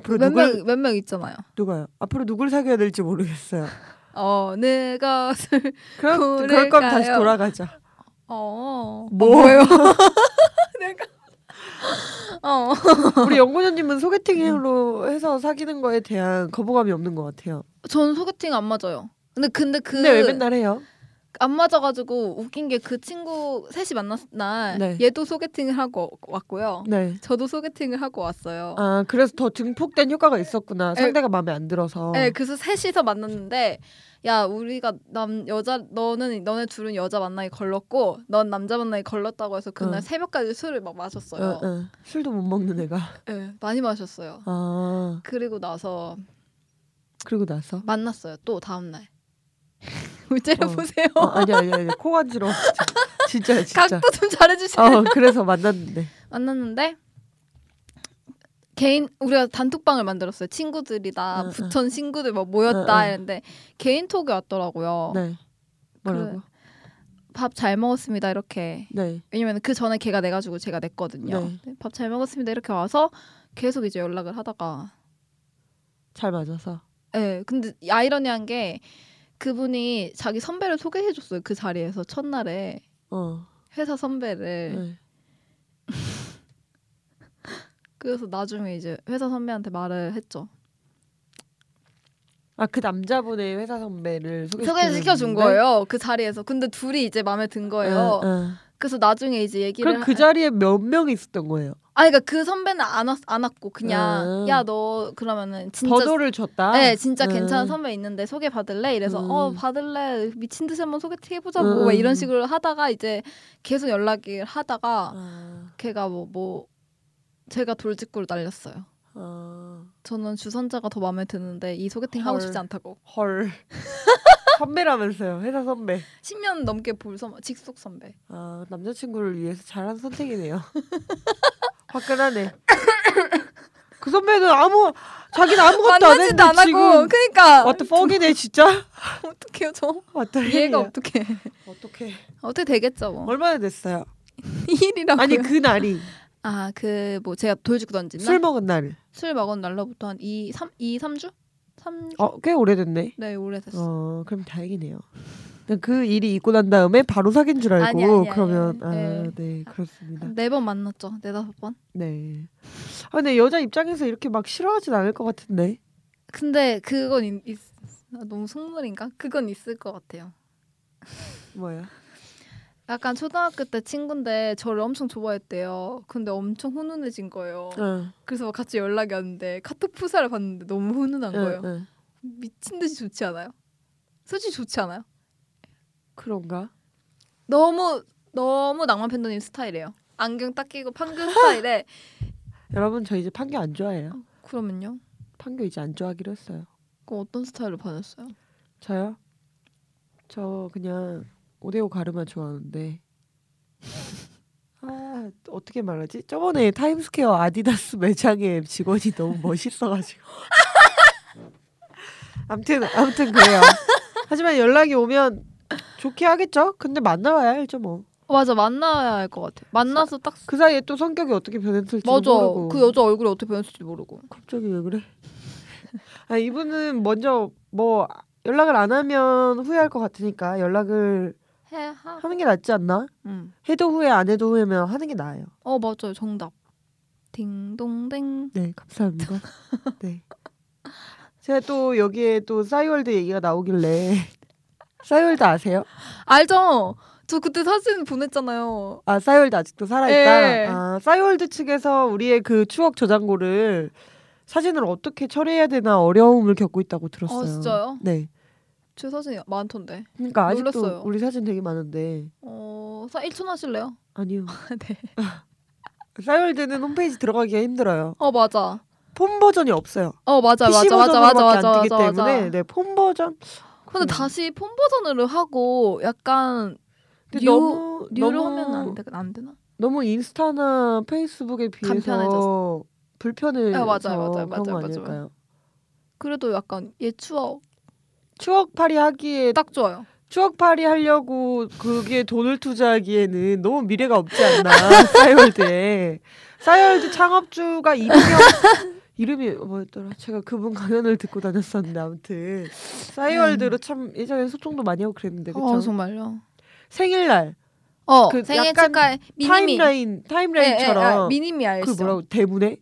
A: 앞으로
B: 몇
A: 그 누굴
B: 명 몇 명 있잖아요.
A: 누가요? 앞으로 누굴 사귀어야 될지 모르겠어요.
B: 어, 내가 슬-
A: 그럼 그럴 거면 다시
B: 그럴까요?
A: 돌아가자.
B: 어.
A: 뭐?
B: 뭐예요? 내가 어.
A: 우리 연구자님은 소개팅으로 해서 사귀는 거에 대한 거부감이 없는 것 같아요.
B: 전 소개팅 안 맞아요. 근데 근데 그
A: 근데 왜 맨날 해요?
B: 안 맞아가지고 웃긴 게 그 친구 셋이 만났을 날
A: 네.
B: 얘도 소개팅을 하고 왔고요.
A: 네.
B: 저도 소개팅을 하고 왔어요.
A: 아 그래서 더 증폭된 효과가 있었구나. 상대가 마음에 안 들어서.
B: 네, 그래서 셋이서 만났는데 야 우리가 남 여자 너는 너네 둘은 여자 만나기 걸렀고 넌 남자 만나기 걸렀다고 해서 그날
A: 응.
B: 새벽까지 술을 막 마셨어요.
A: 어, 어. 술도 못 먹는 애가.
B: 네, 많이 마셨어요.
A: 아
B: 그리고 나서
A: 그리고 나서.
B: 만났어요. 또 다음 날. 울째려
A: 어.
B: 보세요.
A: 어, 아니 아니 아니 코 간지러. 진짜 진짜.
B: 각도 좀 잘해주세요.
A: 어 그래서 만났는데.
B: 만났는데 개인 우리가 단톡방을 만들었어요. 친구들이다
A: 응, 응.
B: 부천 친구들 막 모였다
A: 응, 응.
B: 이랬는데 개인 톡이 왔더라고요.
A: 네.
B: 그
A: 뭐라고?
B: 밥 잘 먹었습니다 이렇게
A: 네.
B: 왜냐면 그 전에 걔가 내가지고 제가 냈거든요.
A: 네.
B: 밥 잘 먹었습니다 이렇게 와서 계속 이제 연락을 하다가
A: 잘 맞아서.
B: 네, 근데 아이러니한 게 그분이 자기 선배를 소개해줬어요. 그 자리에서 첫날에
A: 어.
B: 회사 선배를.
A: 네.
B: 그래서 나중에 이제 회사 선배한테 말을 했죠.
A: 아그 남자분의 회사 선배를 소개
B: 소개시켜준 거예요. 어. 그 자리에서. 근데 둘이 이제 마음에 든 거예요. 그래서 나중에 이제 얘기를.
A: 네, 그럼 그 자리에 몇 명 있었던 거예요?
B: 아, 그러니까 그 선배는 안, 왔, 안 왔고 그냥
A: 음.
B: 야 너 그러면은 진짜.
A: 더도를 줬다.
B: 네, 진짜
A: 음.
B: 괜찮은 선배 있는데 소개 받을래? 이래서
A: 음.
B: 어 받을래 미친 듯이 한번 소개팅 해보자고 막
A: 음.
B: 이런 식으로 하다가 이제 계속 연락을 하다가
A: 아,
B: 걔가 뭐 뭐 제가 돌직구를 날렸어요.
A: 아.
B: 저는 주선자가 더 마음에 드는데 이 소개팅 하고
A: 헐.
B: 싶지 않다고.
A: 헐. 선배라면서요, 회사 선배.
B: 10년 넘게 볼 선, 직속 선배.
A: 아, 남자친구를 위해서 잘한 선택이네요. 화끈하네. 그 선배는 아무 자기는 아무것도 안 했는데
B: 만나지도 안
A: 지금
B: 하고. 그러니까
A: 왔다 뻥이네 진짜.
B: 어떻게요 저
A: 왔다
B: 이해가 어떻게
A: 어떻게?
B: 어떻게 되겠죠 뭐
A: 얼마나 됐어요?
B: 일이라고.
A: 아니 그 날이
B: 아그 뭐 제가 돌직구 던진 날.
A: 술 먹은 날.
B: 술 먹은 날로부터 한 2, 3, 2, 3주? 3
A: 어, 꽤 오래됐네.
B: 네, 오래됐어.
A: 어, 그럼 다행이네요. 그냥 그 일이 있고 난 다음에 바로 사귄 줄 알고
B: 아니, 아니, 아니.
A: 그러면
B: 네.
A: 아, 네 그렇습니다.
B: 네 번 만났죠. 네 다섯 번.
A: 네. 아, 근데 여자 입장에서 이렇게 막 싫어하진 않을 것 같은데.
B: 근데 그건 있, 있, 아, 너무 속물인가? 그건 있을 것 같아요.
A: 뭐야?
B: 약간 초등학교 때 친구인데 저를 엄청 좋아했대요. 근데 엄청 훈훈해진 거예요.
A: 응.
B: 그래서 막 같이 연락이 왔는데 카톡 프사를 봤는데 너무 훈훈한 거예요.
A: 응.
B: 미친 듯이 좋지 않아요? 솔직히 좋지 않아요?
A: 그런가?
B: 너무 너무 낭만 팬더님 스타일이에요. 안경 딱 끼고 판교 스타일에
A: 여러분 저 이제 판교 안 좋아해요.
B: 그러면요?
A: 판교 이제 안 좋아하기로 했어요.
B: 그 어떤 스타일로 반했어요?
A: 저요? 저 그냥 오데오 가르마 좋아하는데. 아 어떻게 말하지? 저번에 타임스퀘어 아디다스 매장의 직원이 너무 멋있어가지고. 아무튼 아무튼 그래요. 하지만 연락이 오면 좋게 하겠죠. 근데 만나봐야 알죠 뭐.
B: 어, 맞아 만나야 할 것 같아. 만나서 딱
A: 그 사이에 또 성격이 어떻게 변했을지
B: 맞아.
A: 모르고.
B: 그 여자 얼굴이 어떻게 변했을지 모르고.
A: 갑자기 왜 그래? 아 이분은 먼저 뭐 연락을 안 하면 후회할 것 같으니까 연락을
B: 해 하.
A: 하는 게 낫지 않나?
B: 음.
A: 해도 후회 안 해도 후회면 하는 게 나아요.
B: 어 맞아요. 정답. 딩동댕.
A: 네 감사합니다. 네. 제가 또 여기에 또 싸이월드 얘기가 나오길래 싸이월드 아세요?
B: 알죠? 저 그때 사진 보냈잖아요.
A: 아 싸이월드 아직도 살아있다.
B: 예.
A: 아 싸이월드 측에서 우리의 그 추억 저장고를 사진을 어떻게 처리해야 되나 어려움을 겪고 있다고 들었어요.
B: 아 진짜요?
A: 네.
B: 제 사진이 많던데.
A: 그러니까 아직도
B: 놀랐어요.
A: 우리 사진 되게 많은데
B: 어, 사 1촌 하실래요?
A: 아니요.
B: 네.
A: 싸이월드는 홈페이지 들어가기가 힘들어요.
B: 어 맞아.
A: 폼 버전이 없어요.
B: 어 맞아
A: PC
B: 맞아 맞아 맞아
A: 버전으로밖에
B: 맞아
A: 안
B: 맞아
A: 뜨기
B: 맞아.
A: 때문에 네, 폼 버전. 그래요.
B: 근데 다시 폰 버전으로 하고 약간
A: 근데
B: 뉴-
A: 너무
B: 뉴로
A: 너무
B: 하면 안, 되, 안 되나?
A: 너무 인스타나 페이스북에 비해서
B: 간편해졌어.
A: 불편해서
B: 아, 맞아요, 맞아요,
A: 그런
B: 맞아요,
A: 거
B: 맞아요.
A: 아닐까요?
B: 그래도 약간 얘 추억
A: 추억팔이 하기에
B: 딱 좋아요.
A: 추억팔이 하려고 거기에 돈을 투자하기에는 너무 미래가 없지 않나 싸이월드에 싸이월드 창업주가 이명 이름이 뭐였더라 제가 그분 강연을 듣고 다녔었는데 아무튼 싸이월드로 참 예전에 소통도 많이 하고 네, 그랬는데 그쵸
B: 어 정말요.
A: 생일날
B: 어
A: 그
B: 생일
A: 약간
B: 축하해 미니미.
A: 타임라인
B: 예, 예, 예.
A: 타임라인처럼
B: 미니미
A: 그
B: 알죠?
A: 뭐라고 대문에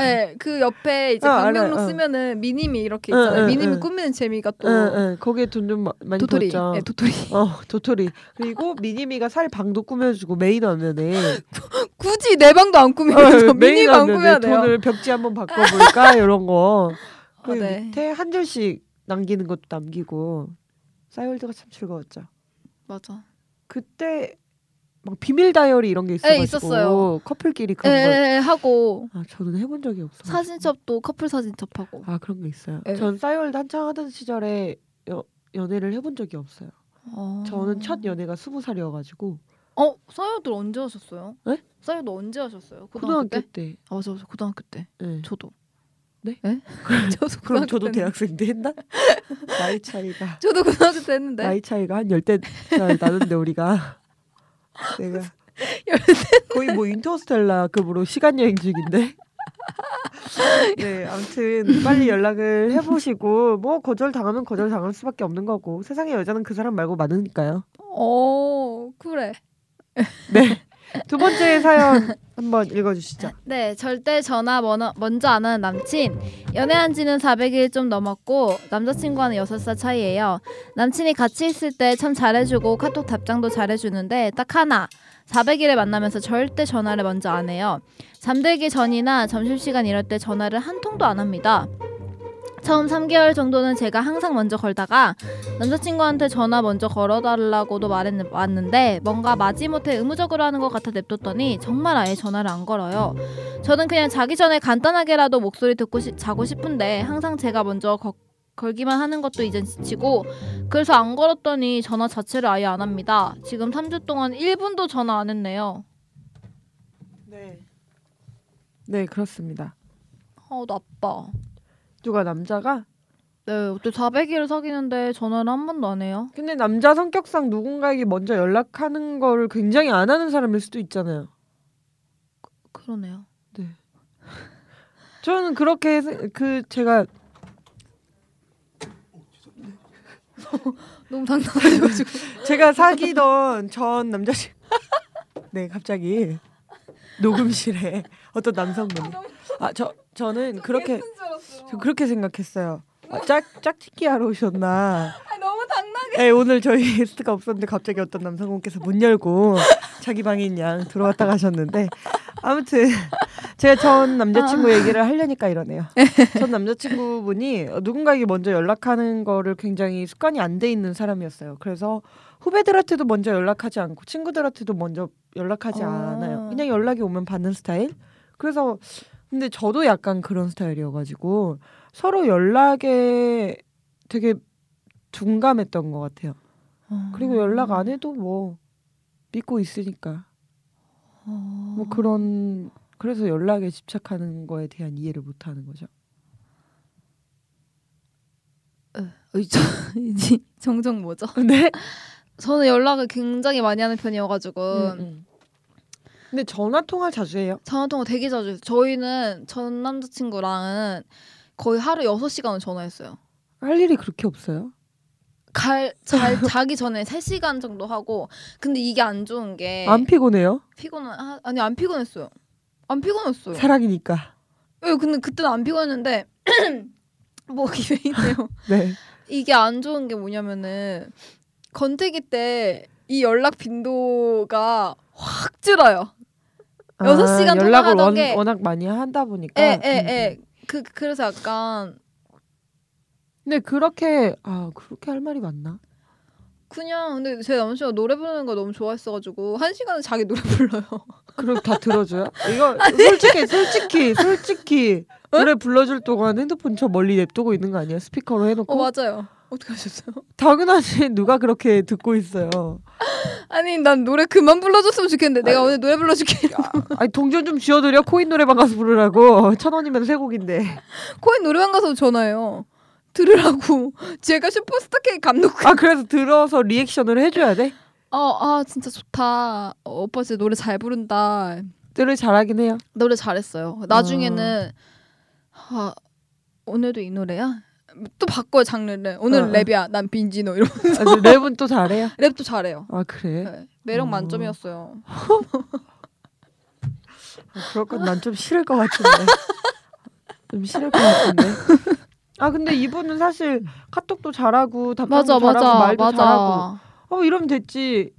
B: 예, 그 옆에 이제
A: 어,
B: 방명록
A: 알아요, 어.
B: 쓰면은 미니미 이렇게
A: 응,
B: 있잖아요.
A: 응,
B: 미니미
A: 응.
B: 꾸미는 재미가 또
A: 응, 응. 거기에 돈 좀 많이
B: 어. 도토리,
A: 죠
B: 예, 도토리
A: 어 도토리 그리고 미니미가 살 방도 꾸며주고 메인 화면에
B: 굳이 내 방도 안
A: 어,
B: 어, 꾸미면서 미니미 안 꾸며야 돼요.
A: 돈을 벽지 한번 바꿔볼까 이런 거
B: 어,
A: 그리고
B: 네.
A: 밑에 한 줄씩 남기는 것도 남기고 싸이월드가 참 즐거웠죠
B: 맞아.
A: 그때 막 비밀 다이어리 이런 게 있어가지고
B: 네, 있었어요.
A: 커플끼리 그런 걸
B: 예, 예, 하고
A: 아, 저는 해본 적이 없어
B: 사진첩도 커플 사진첩 하고.
A: 아 그런 게 있어요
B: 예.
A: 전 싸이월드 한창 하던 시절에 여, 연애를 해본 적이 없어요
B: 어.
A: 아, 저는 첫 연애가 스무 살이어가지고
B: 어, 사유들 언제 하셨어요?
A: 네?
B: 사유도 언제 하셨어요? 고등학교,
A: 고등학교
B: 때?
A: 때
B: 아, 맞아, 맞아. 고등학교 때.
A: 예.
B: 저도.
A: 네?
B: 예? 저도
A: 그럼
B: 고등학교
A: 저도
B: 때는-
A: 대학생 때 했나? 나이 차이가
B: 저도 고등학교 때 했는데. 네.
A: 아, 나이 차이가 한 열대 살 나는데 우리가 내가
B: 열대
A: 거의 뭐 인터스텔라급으로 시간 여행 중인데 네, 아무튼 빨리 연락을 해보시고 뭐 거절 당하면 거절 당할 수밖에 없는 거고 세상에 여자는 그 사람 말고 많으니까요.
B: 어, 그래.
A: 네. 두 번째 사연 한번 읽어주시죠.
B: 네, 절대 전화 먼저, 먼저 안 하는 남친. 연애한 지는 400일 좀 넘었고, 남자친구와는 6살 차이예요. 남친이 같이 있을 때 참 잘해주고, 카톡 답장도 잘해주는데, 딱 하나. 400일에 만나면서 절대 전화를 먼저 안 해요. 잠들기 전이나 점심시간 이럴 때 전화를 한 통도 안 합니다. 처음 3개월 정도는 제가 항상 먼저 걸다가 남자친구한테 전화 먼저 걸어달라고도 말했는데 뭔가 마지못해 의무적으로 하는 것 같아 냅뒀더니 정말 아예 전화를 안 걸어요. 저는 그냥 자기 전에 간단하게라도 목소리 듣고 시- 자고 싶은데 항상 제가 먼저 거- 걸기만 하는 것도 이젠 지치고 그래서 안 걸었더니 전화 자체를 아예 안 합니다. 지금 3주 동안 1분도 전화 안 했네요.
A: 네. 네, 그렇습니다.
B: 어 나빠.
A: 누가 남자가?
B: 네, 어때 400일을 사귀는데 전화를 한 번도 안 해요?
A: 근데 남자 성격상 누군가에게 먼저 연락하는 거를 굉장히 안 하는 사람일 수도 있잖아요.
B: 그러네요.
A: 저는 그렇게 해서- 그 제가
B: 너무 당당해가지고.
A: 제가 사귀던 전 남자친구 네 갑자기 녹음실에 어떤 남성분이 아 저 저는 그렇게 저 그렇게 생각했어요 아, 짝 짝짓기 하러 오셨나
B: 너무 당당.
A: 예, 오늘 저희 게스트가 없었는데 갑자기 어떤 남성분께서 문 열고 자기 방인 양 들어왔다 가셨는데 아무튼 제가 전 남자친구 얘기를 하려니까 이러네요. 전 남자친구분이 누군가에게 먼저 연락하는 거를 굉장히 습관이 안 돼 있는 사람이었어요. 그래서 후배들한테도 먼저 연락하지 않고 친구들한테도 먼저 연락하지
B: 어.
A: 않아요. 그냥 연락이 오면 받는 스타일. 그래서 근데 저도 약간 그런 스타일이어가지고 서로 연락에 되게 둔감했던 것 같아요. 어. 그리고 연락 안 해도 뭐 믿고 있으니까
B: 어.
A: 뭐 그런 그래서 연락에 집착하는 거에 대한 이해를 못 하는 거죠.
B: 어, 이제 정정 뭐죠?
A: 네.
B: 저는 연락을 굉장히 많이 하는 편이어가지고
A: 음, 네, 근데 전화 통화 를 자주 해요.
B: 전화 통화 되게 자주 했어요. 저희는 전 남자친구랑은 거의 하루 6시간은 전화했어요.
A: 할 일이 그렇게 없어요.
B: 갈, 잘 자기 전에 3시간 정도 하고 근데 이게 안 좋은 게
A: 안 피곤해요.
B: 피곤한 아니 안 피곤했어요. 안 피곤했어요.
A: 사랑이니까.
B: 예, 근데 그때는 안 피곤했는데 뭐 목이 왜 이래요?
A: 네.
B: 이게 안 좋은 게 뭐냐면은 건태기 때 이 연락 빈도가 확 줄어요. 여섯 시간
A: 아, 연락을
B: 통화하던
A: 원,
B: 게-
A: 워낙 많이 하다 보니까.
B: 예, 예,
A: 음,
B: 예.
A: 음.
B: 그 그래서 약간
A: 근데 그렇게 아 그렇게 할 말이 많나?
B: 그냥 근데 제 남친과 노래 부르는 거 너무 좋아했어가지고 한 시간을 자기 노래 불러요.
A: 그럼 다 들어줘요? 이거 솔직히 솔직히 솔직히
B: 어?
A: 노래 불러줄 동안 핸드폰 저 멀리 냅두고 있는 거 아니야? 스피커로
B: 어
A: 해놓고
B: 맞아요. 어떻게 하셨어요?
A: 당연하지 누가 그렇게 듣고 있어요.
B: 아니 난 노래 그만 불러줬으면 좋겠는데 내가 오늘 노래 불러줄게.
A: 아니 동전 좀 쥐어드려 코인 노래방 가서 부르라고 천 원이면 세 곡인데.
B: 코인 노래방 가서 전화해요. 들으라고. 제가 슈퍼스타 K 감독.
A: 아 그래서 들어서 리액션을 해줘야 돼.
B: 어아 진짜 좋다. 어, 오빠 진짜 노래 잘 부른다.
A: 노래 잘하긴 해요.
B: 노래 잘했어요. 나중에는 아, 오늘도 이 노래야? 또 바꿔요 장르를. 오늘
A: 어, 어.
B: 랩이야. 난 빈지노 이런
A: 아, 근데 랩은 또 잘해요.
B: 랩도 잘해요.
A: 아 그래?
B: 네, 매력
A: 어.
B: 만점이었어요.
A: 아, 그럴 건 난 좀 싫을 것 같은데. 좀 싫을 것 같은데. 아 근데 이분은 사실 카톡도 잘하고 답장도 잘하고 말도 잘하고 어 이러면 됐지.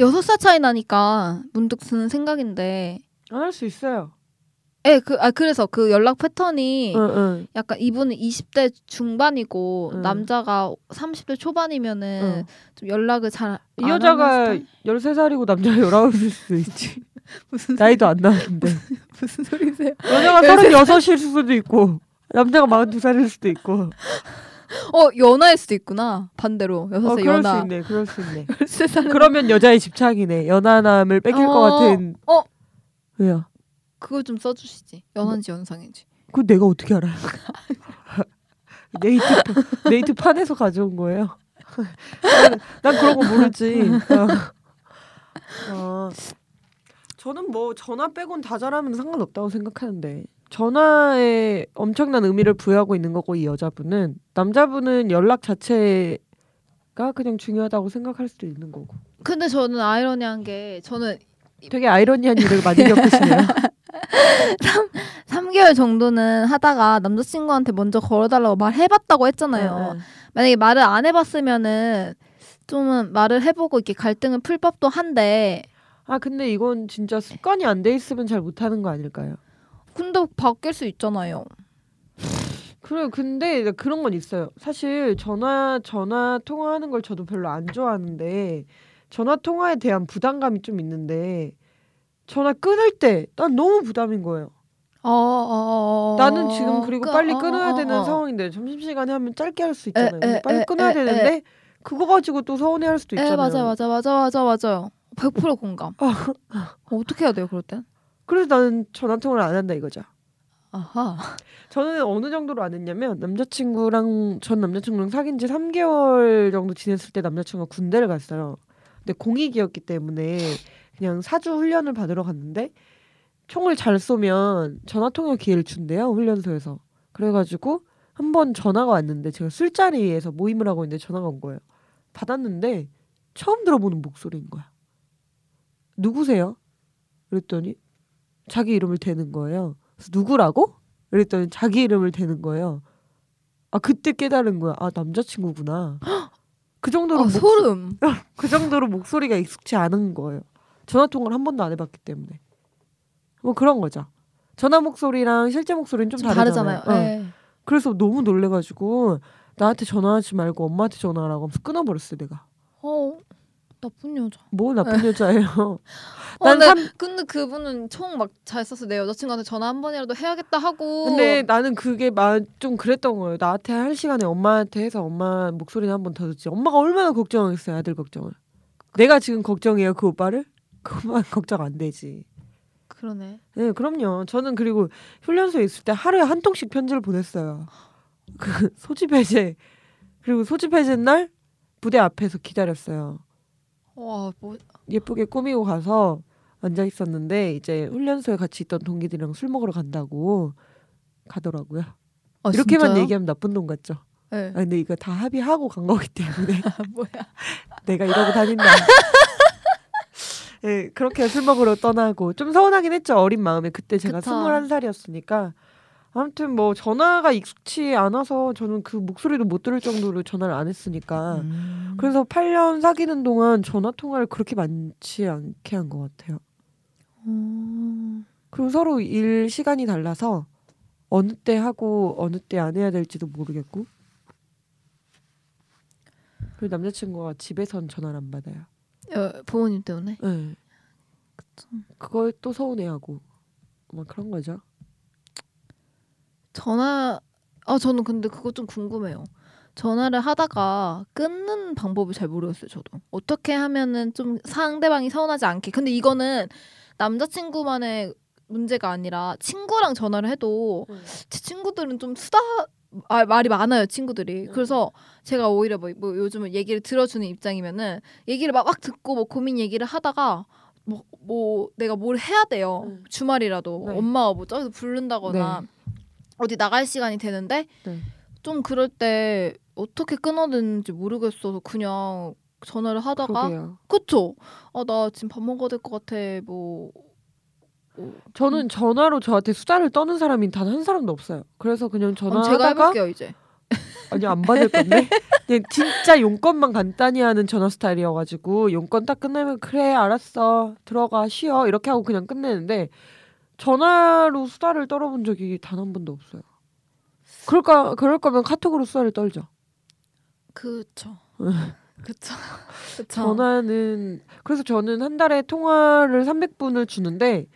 B: 여섯 살 차이 나니까 문득 드는 생각인데,
A: 안 할 수 있어요.
B: 예, 그, 아 그래서 그 연락 패턴이
A: 응, 응.
B: 약간 이분은 20대 중반이고
A: 응.
B: 남자가 30대 초반이면은
A: 응.
B: 좀 연락을 잘
A: 이
B: 안
A: 여자가
B: 하는 스타일?
A: 13살이고 남자가 19일 수도 있지.
B: 무슨
A: 나이도 안 나는데.
B: 무슨 소리세요?
A: 여자가 36일 수도 있고 남자가 42살일 수도 있고.
B: 어 연하일 수도 있구나 반대로 여섯
A: 어,
B: 살
A: 그럴 수
B: 연하
A: 있네. 그럴 수 있네.
B: 열세 살
A: 그러면 여자의 집착이네. 연하남을 뺏길 것
B: 어,
A: 같은.
B: 어.
A: 왜요?
B: 그거 좀 써주시지
A: 뭐.
B: 연한지 연상인지
A: 그건 내가 어떻게 알아요? 네이트 파- 네이트 판에서 가져온 거예요. 난, 난 그런 거 모르지. 어. 어. 저는 뭐 전화 빼곤 다 잘하면 상관없다고 생각하는데 전화에 엄청난 의미를 부여하고 있는 거고 이 여자분은 남자분은 연락 자체가 그냥 중요하다고 생각할 수도 있는 거고
B: 근데 저는 아이러니한 게 저는
A: 되게 아이러니한 일을 많이 겪으시네요.
B: 3개월 정도는 하다가 남자친구한테 먼저 걸어달라고 말해봤다고
A: 네,
B: 했잖아요. 만약에 말을 안 해봤으면은 좀은 말을 해보고 이렇게 갈등을 풀 법도 한데
A: 아 근데 이건 진짜 습관이 안 돼 있으면 잘 못하는 거 아닐까요?
B: 근데 바뀔 수 있잖아요.
A: 그래 근데 이제 그런 건 있어요. 사실 전화 전화 통화하는 걸 저도 별로 안 좋아하는데 전화 통화에 대한 부담감이 좀 있는데 전화 끊을 때 난 너무 부담인 거예요. 아,
B: 어, 어, 어,
A: 나는 지금 그리고 빨리
B: 어,
A: 끊어야
B: 어,
A: 되는
B: 어.
A: 상황인데 점심시간에 하면 짧게 할 수 있잖아요.
B: 에,
A: 근데
B: 에,
A: 빨리
B: 에,
A: 끊어야
B: 에,
A: 되는데 그거 가지고 또 서운해할 수도 있잖아요. 어.
B: 예, 맞아, 맞아, 맞아, 맞아, 맞아요. 100% 공감. 어떻게 해야 돼요, 그럴 땐?
A: 그래서 나는 전화 통화를 안 한다 이거죠.
B: 아하.
A: 저는 어느 정도로 안 했냐면 남자친구랑 전 남자친구랑 사귄 지 3개월 정도 지냈을 때 남자친구가 군대를 갔어요. 근데 공익이었기 때문에 그냥 사주 훈련을 받으러 갔는데 총을 잘 쏘면 전화 통화 기회를 준대요 훈련소에서. 그래가지고 한 번 전화가 왔는데 제가 술자리에서 모임을 하고 있는데 전화가 온 거예요. 받았는데 처음 들어보는 목소리인 거야. 누구세요? 그랬더니 자기 이름을 대는 거예요. 그래서 누구라고? 그랬더니 자기 이름을 대는 거예요. 아 그때 깨달은 거야. 아 남자친구구나. 그 정도로
B: 아,
A: 목-
B: 소름.
A: 그 정도로 목소리가 익숙치 않은 거예요. 전화 통화를 한 번도 안 해봤기 때문에 뭐 그런 거죠. 전화 목소리랑 실제 목소리는 좀,
B: 좀
A: 다르잖아요.
B: 다르잖아요.
A: 어.
B: 예.
A: 그래서 너무 놀래가지고 나한테 전화하지 말고 엄마한테 전화하라고 하면서 끊어버렸어 내가.
B: 어, 나쁜 여자.
A: 뭐 나쁜 여자예요.
B: 어,
A: 난
B: 근데,
A: 삼-
B: 근데 그분은 총 막 잘 썼어. 내 여자친구한테 전화 한 번이라도 해야겠다 하고.
A: 근데 나는 그게 마- 좀 그랬던 거예요. 나한테 할 시간에 엄마한테 해서 엄마 목소리는 한 번 더 듣지. 엄마가 얼마나 걱정했어요 아들 걱정을. 내가 지금 걱정해요 그 오빠를? 그만 걱정 안 되지.
B: 그러네.
A: 네, 그럼요. 저는 그리고 훈련소에 있을 때 하루에 한 통씩 편지를 보냈어요. 그 소집 해제 그리고 소집 해제 날 부대 앞에서 기다렸어요.
B: 와, 뭐
A: 예쁘게 꾸미고 가서 앉아 있었는데 이제 훈련소에 같이 있던 동기들이랑 술 먹으러 간다고 가더라고요.
B: 아,
A: 이렇게만
B: 진짜요?
A: 얘기하면 나쁜 놈 같죠.
B: 예.
A: 아, 근데 이거 다 합의하고 간 거기 때문에
B: 아, 뭐야?
A: 내가 이러고 다닌다. 예, 그렇게 술 먹으러 떠나고 좀 서운하긴 했죠. 어린 마음에 그때 제가
B: 그쵸.
A: 21살이었으니까 아무튼 뭐 전화가 익숙치 않아서 저는 그 목소리도 못 들을 정도로 전화를 안
B: 음.
A: 했으니까 아, 그래서 8년 사귀는 동안 전화 통화를 그렇게 많지 않게 한 것 같아요.
B: 어,
C: 음.
A: 그리고 서로 일 시간이 달라서 어느 때 하고 어느 때 안 해야 될지도 모르겠고. 그리고 남자친구가 집에선 전화를 안 받아요.
B: 예, 부모님 때문에.
A: 네. 그걸 또 서운해하고 뭐 그런 거죠.
B: 전화 아 저는 근데 그거 좀 궁금해요. 전화를 하다가 끊는 방법을 잘 모르겠어요. 저도 어떻게 하면은 좀 상대방이 서운하지 않게. 근데 이거는 남자친구만의 문제가 아니라 친구랑 전화를 해도 제 친구들은 좀 수다 아, 말이 많아요 친구들이
A: 음.
B: 그래서 제가 오히려 뭐, 뭐 요즘은 얘기를 들어주는 입장이면은 얘기를 막, 막 듣고 뭐 고민 얘기를 하다가 뭐, 뭐 내가 뭘 해야 돼요
A: 음.
B: 주말이라도
A: 네.
B: 엄마가 뭐 저기서 부른다거나 어디 나갈 시간이 되는데
A: 네.
B: 좀 그럴 때 어떻게 끊어야 되는지 모르겠어서 그냥 전화를 하다가
A: 그러게요.
B: 그쵸 아 나 지금 밥 먹어야 될 것 같아 뭐
A: 저는 전화로 저한테 수다를 떠는 사람이 단 한 사람도 없어요. 그래서 그냥
B: 그럼 제가
A: 전화하다가
B: 해볼게요 이제
A: 아니 안 받을 건데 그냥 진짜 용건만 간단히 하는 전화 스타일이어가지고 용건 딱 끝내면 그래 알았어 들어가 쉬어 이렇게 하고 그냥 끝내는데 전화로 수다를 떨어본 적이 단 한 번도 없어요. 그럴까 그럴 거면 카톡으로 수다를 떨죠.
B: 그쵸 그쵸 그쵸
A: 전화는 그래서 저는 한 달에 통화를 300분을 주는데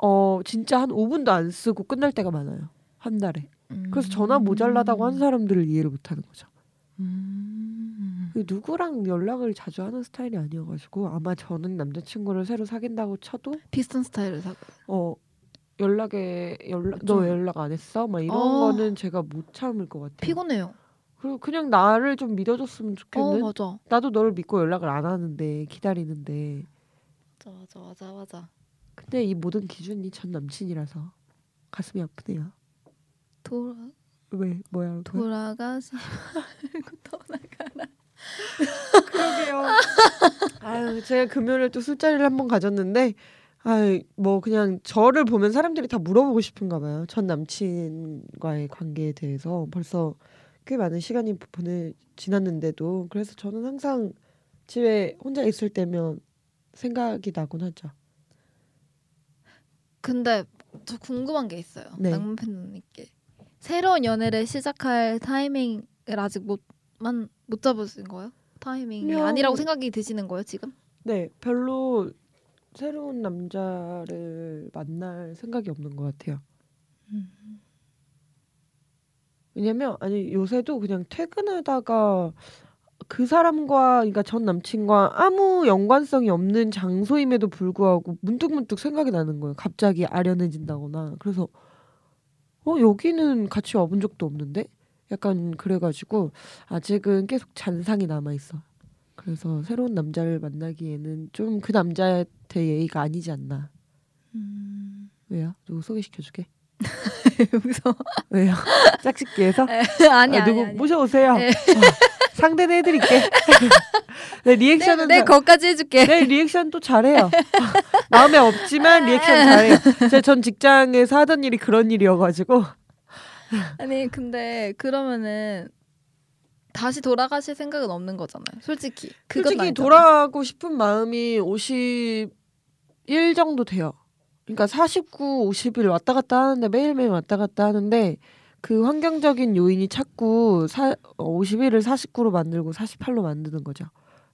A: 어 진짜 한 5분도 안 쓰고 끝날 때가 많아요. 한 달에. 그래서 전화 모자라다고 한 사람들을 이해를 못 하는 거죠.
B: 음.
A: 그 누구랑 연락을 자주 하는 스타일이 아니어가지고 아마 저는 남자친구를 새로 사귄다고 쳐도
B: 비슷한 스타일을 사.
A: 어 연락에 연락
B: 좀
A: 너 연락 안 했어? 막 이런
B: 어.
A: 거는 제가 못 참을 것 같아요.
B: 피곤해요.
A: 그리고 그냥 나를 좀 믿어줬으면
B: 어
A: 좋겠는.
B: 맞아.
A: 나도 너를 믿고 연락을 안 하는데 기다리는데
B: 맞아 맞아 맞아 맞아.
A: 근데 이 모든 기준이 전 남친이라서 가슴이 아프네요.
B: 돌아
A: 왜 뭐야? 도...
B: 돌아가지 말고 떠나가라.
A: 그러게요. 아유 제가 금요일 또 술자리를 한 번 가졌는데 아유 뭐 그냥 저를 보면 사람들이 다 물어보고 싶은가 봐요. 전 남친과의 관계에 대해서 벌써 꽤 많은 시간이 보내 지났는데도 그래서 저는 항상 집에 혼자 있을 때면 생각이 나곤 하죠.
B: 근데 저 궁금한 게 있어요.
A: 네.
B: 낭만 팬님께 새로운 연애를 시작할 타이밍을 아직 못만 못 잡으신 거예요? 타이밍이
A: 그냥-
B: 아니라고 생각이 드시는 거예요 지금?
A: 네, 별로 새로운 남자를 만날 생각이 없는 것 같아요. 왜냐면 아니 요새도 그냥 퇴근하다가 그 사람과 그러니까 전 남친과 아무 연관성이 없는 장소임에도 불구하고 문득문득 생각이 나는 거예요. 갑자기 아련해진다거나. 그래서 어 여기는 같이 와본 적도 없는데 약간 그래가지고 아직은 계속 잔상이 남아 있어. 그래서 새로운 남자를 만나기에는 좀 그 남자한테 예의가 아니지 않나.
B: 음.
A: 왜요? 누구 소개시켜주게?
B: 여기서
A: 왜요? 짝짓기에서?
B: 아니
A: 아, 누구
B: 아니 아니.
A: 모셔오세요.
B: 네.
A: 아, 상대는 해드릴게. 네
B: 내,
A: 리액션은
B: 내
A: 다-
B: 거까지 해줄게.
A: 네 리액션 또 잘해요. 마음에 없지만 리액션 잘해요. 제가 전 직장에서 하던 일이 그런 일이어가지고
B: 아니 근데 그러면은 다시 돌아가실 생각은 없는 거잖아요. 솔직히 그건
A: 솔직히
B: 아니잖아요.
A: 돌아가고 싶은 마음이 51 정도 돼요. 그러니까 49, 50일 왔다 갔다 하는데 매일매일 왔다 갔다 하는데 그 환경적인 요인이 자꾸 사, 51을 49로 만들고 48로 만드는 거죠.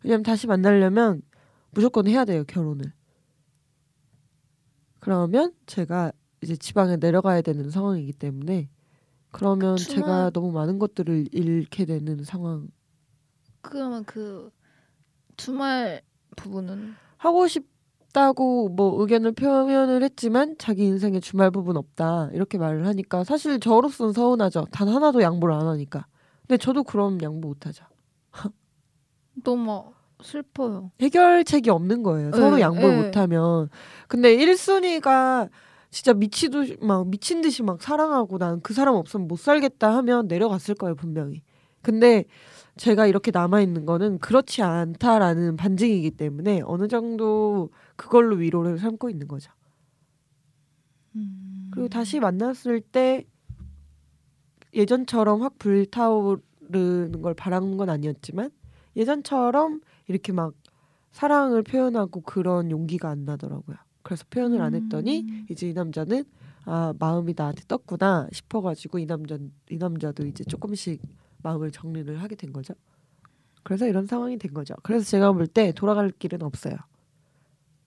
A: 왜냐면 다시 만나려면 무조건 해야 돼요, 결혼을. 그러면 제가 이제 지방에 내려가야 되는 상황이기 때문에 그러면
B: 그치만-
A: 제가 너무 많은 것들을 잃게 되는 상황
B: 그러면 그 주말 부분은
A: 하고 싶다고 뭐 의견을 표현을 했지만 자기 인생에 주말 부분 없다 이렇게 말을 하니까 사실 저로서는 서운하죠. 단 하나도 양보를 안 하니까. 근데 저도 그럼 양보 못하죠.
B: 너무 슬퍼요.
A: 해결책이 없는 거예요. 서로
B: 네,
A: 양보를
B: 네.
A: 못하면. 근데 1순위가 진짜 미치도 막 미친 듯이 막 사랑하고 난 그 사람 없으면 못 살겠다 하면 내려갔을 거예요 분명히. 근데 제가 이렇게 남아 있는 거는 그렇지 않다라는 반증이기 때문에 어느 정도 그걸로 위로를 삼고 있는 거죠. 그리고 다시 만났을 때 예전처럼 확 불타오르는 걸 바라는 건 아니었지만 예전처럼 이렇게 막 사랑을 표현하고 그런 용기가 안 나더라고요. 그래서 표현을 안 했더니
B: 음.
A: 이제 이 남자는 아 마음이 나한테 떴구나 싶어가지고 이 남자 이 남자도 이제 조금씩 마음을 정리를 하게 된 거죠. 그래서 이런 상황이 된 거죠. 그래서 제가 볼 때 돌아갈 길은 없어요.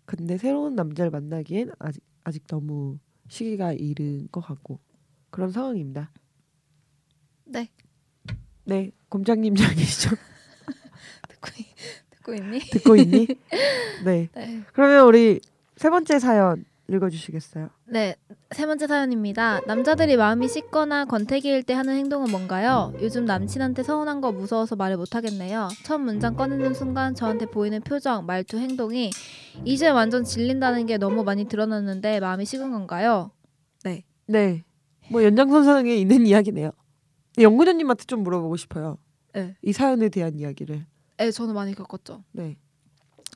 A: 근데 새로운 남자를 만나기엔 아직 아직 너무 시기가 이른 것 같고 그런 상황입니다.
B: 네
A: 네, 곰장님 저기죠
B: 듣고 있- 듣고 있니?
A: 듣고 있니? 네,
B: 네.
A: 그러면 우리 세 번째 사연 읽어주시겠어요?
B: 네, 세 번째 사연입니다. 남자들이 마음이 식거나 권태기일 때 하는 행동은 뭔가요? 요즘 남친한테 서운한 거 무서워서 말을 못 하겠네요. 첫 문장 꺼내는 순간 저한테 보이는 표정, 말투, 행동이 이제 완전 질린다는 게 너무 많이 드러났는데 마음이 식은 건가요?
A: 네, 뭐 연장선상에 있는 이야기네요. 네, 연구자님한테 좀 물어보고 싶어요.
B: 네.
A: 이 사연에 대한 이야기를.
B: 예, 저는 많이 겪었죠.
A: 네,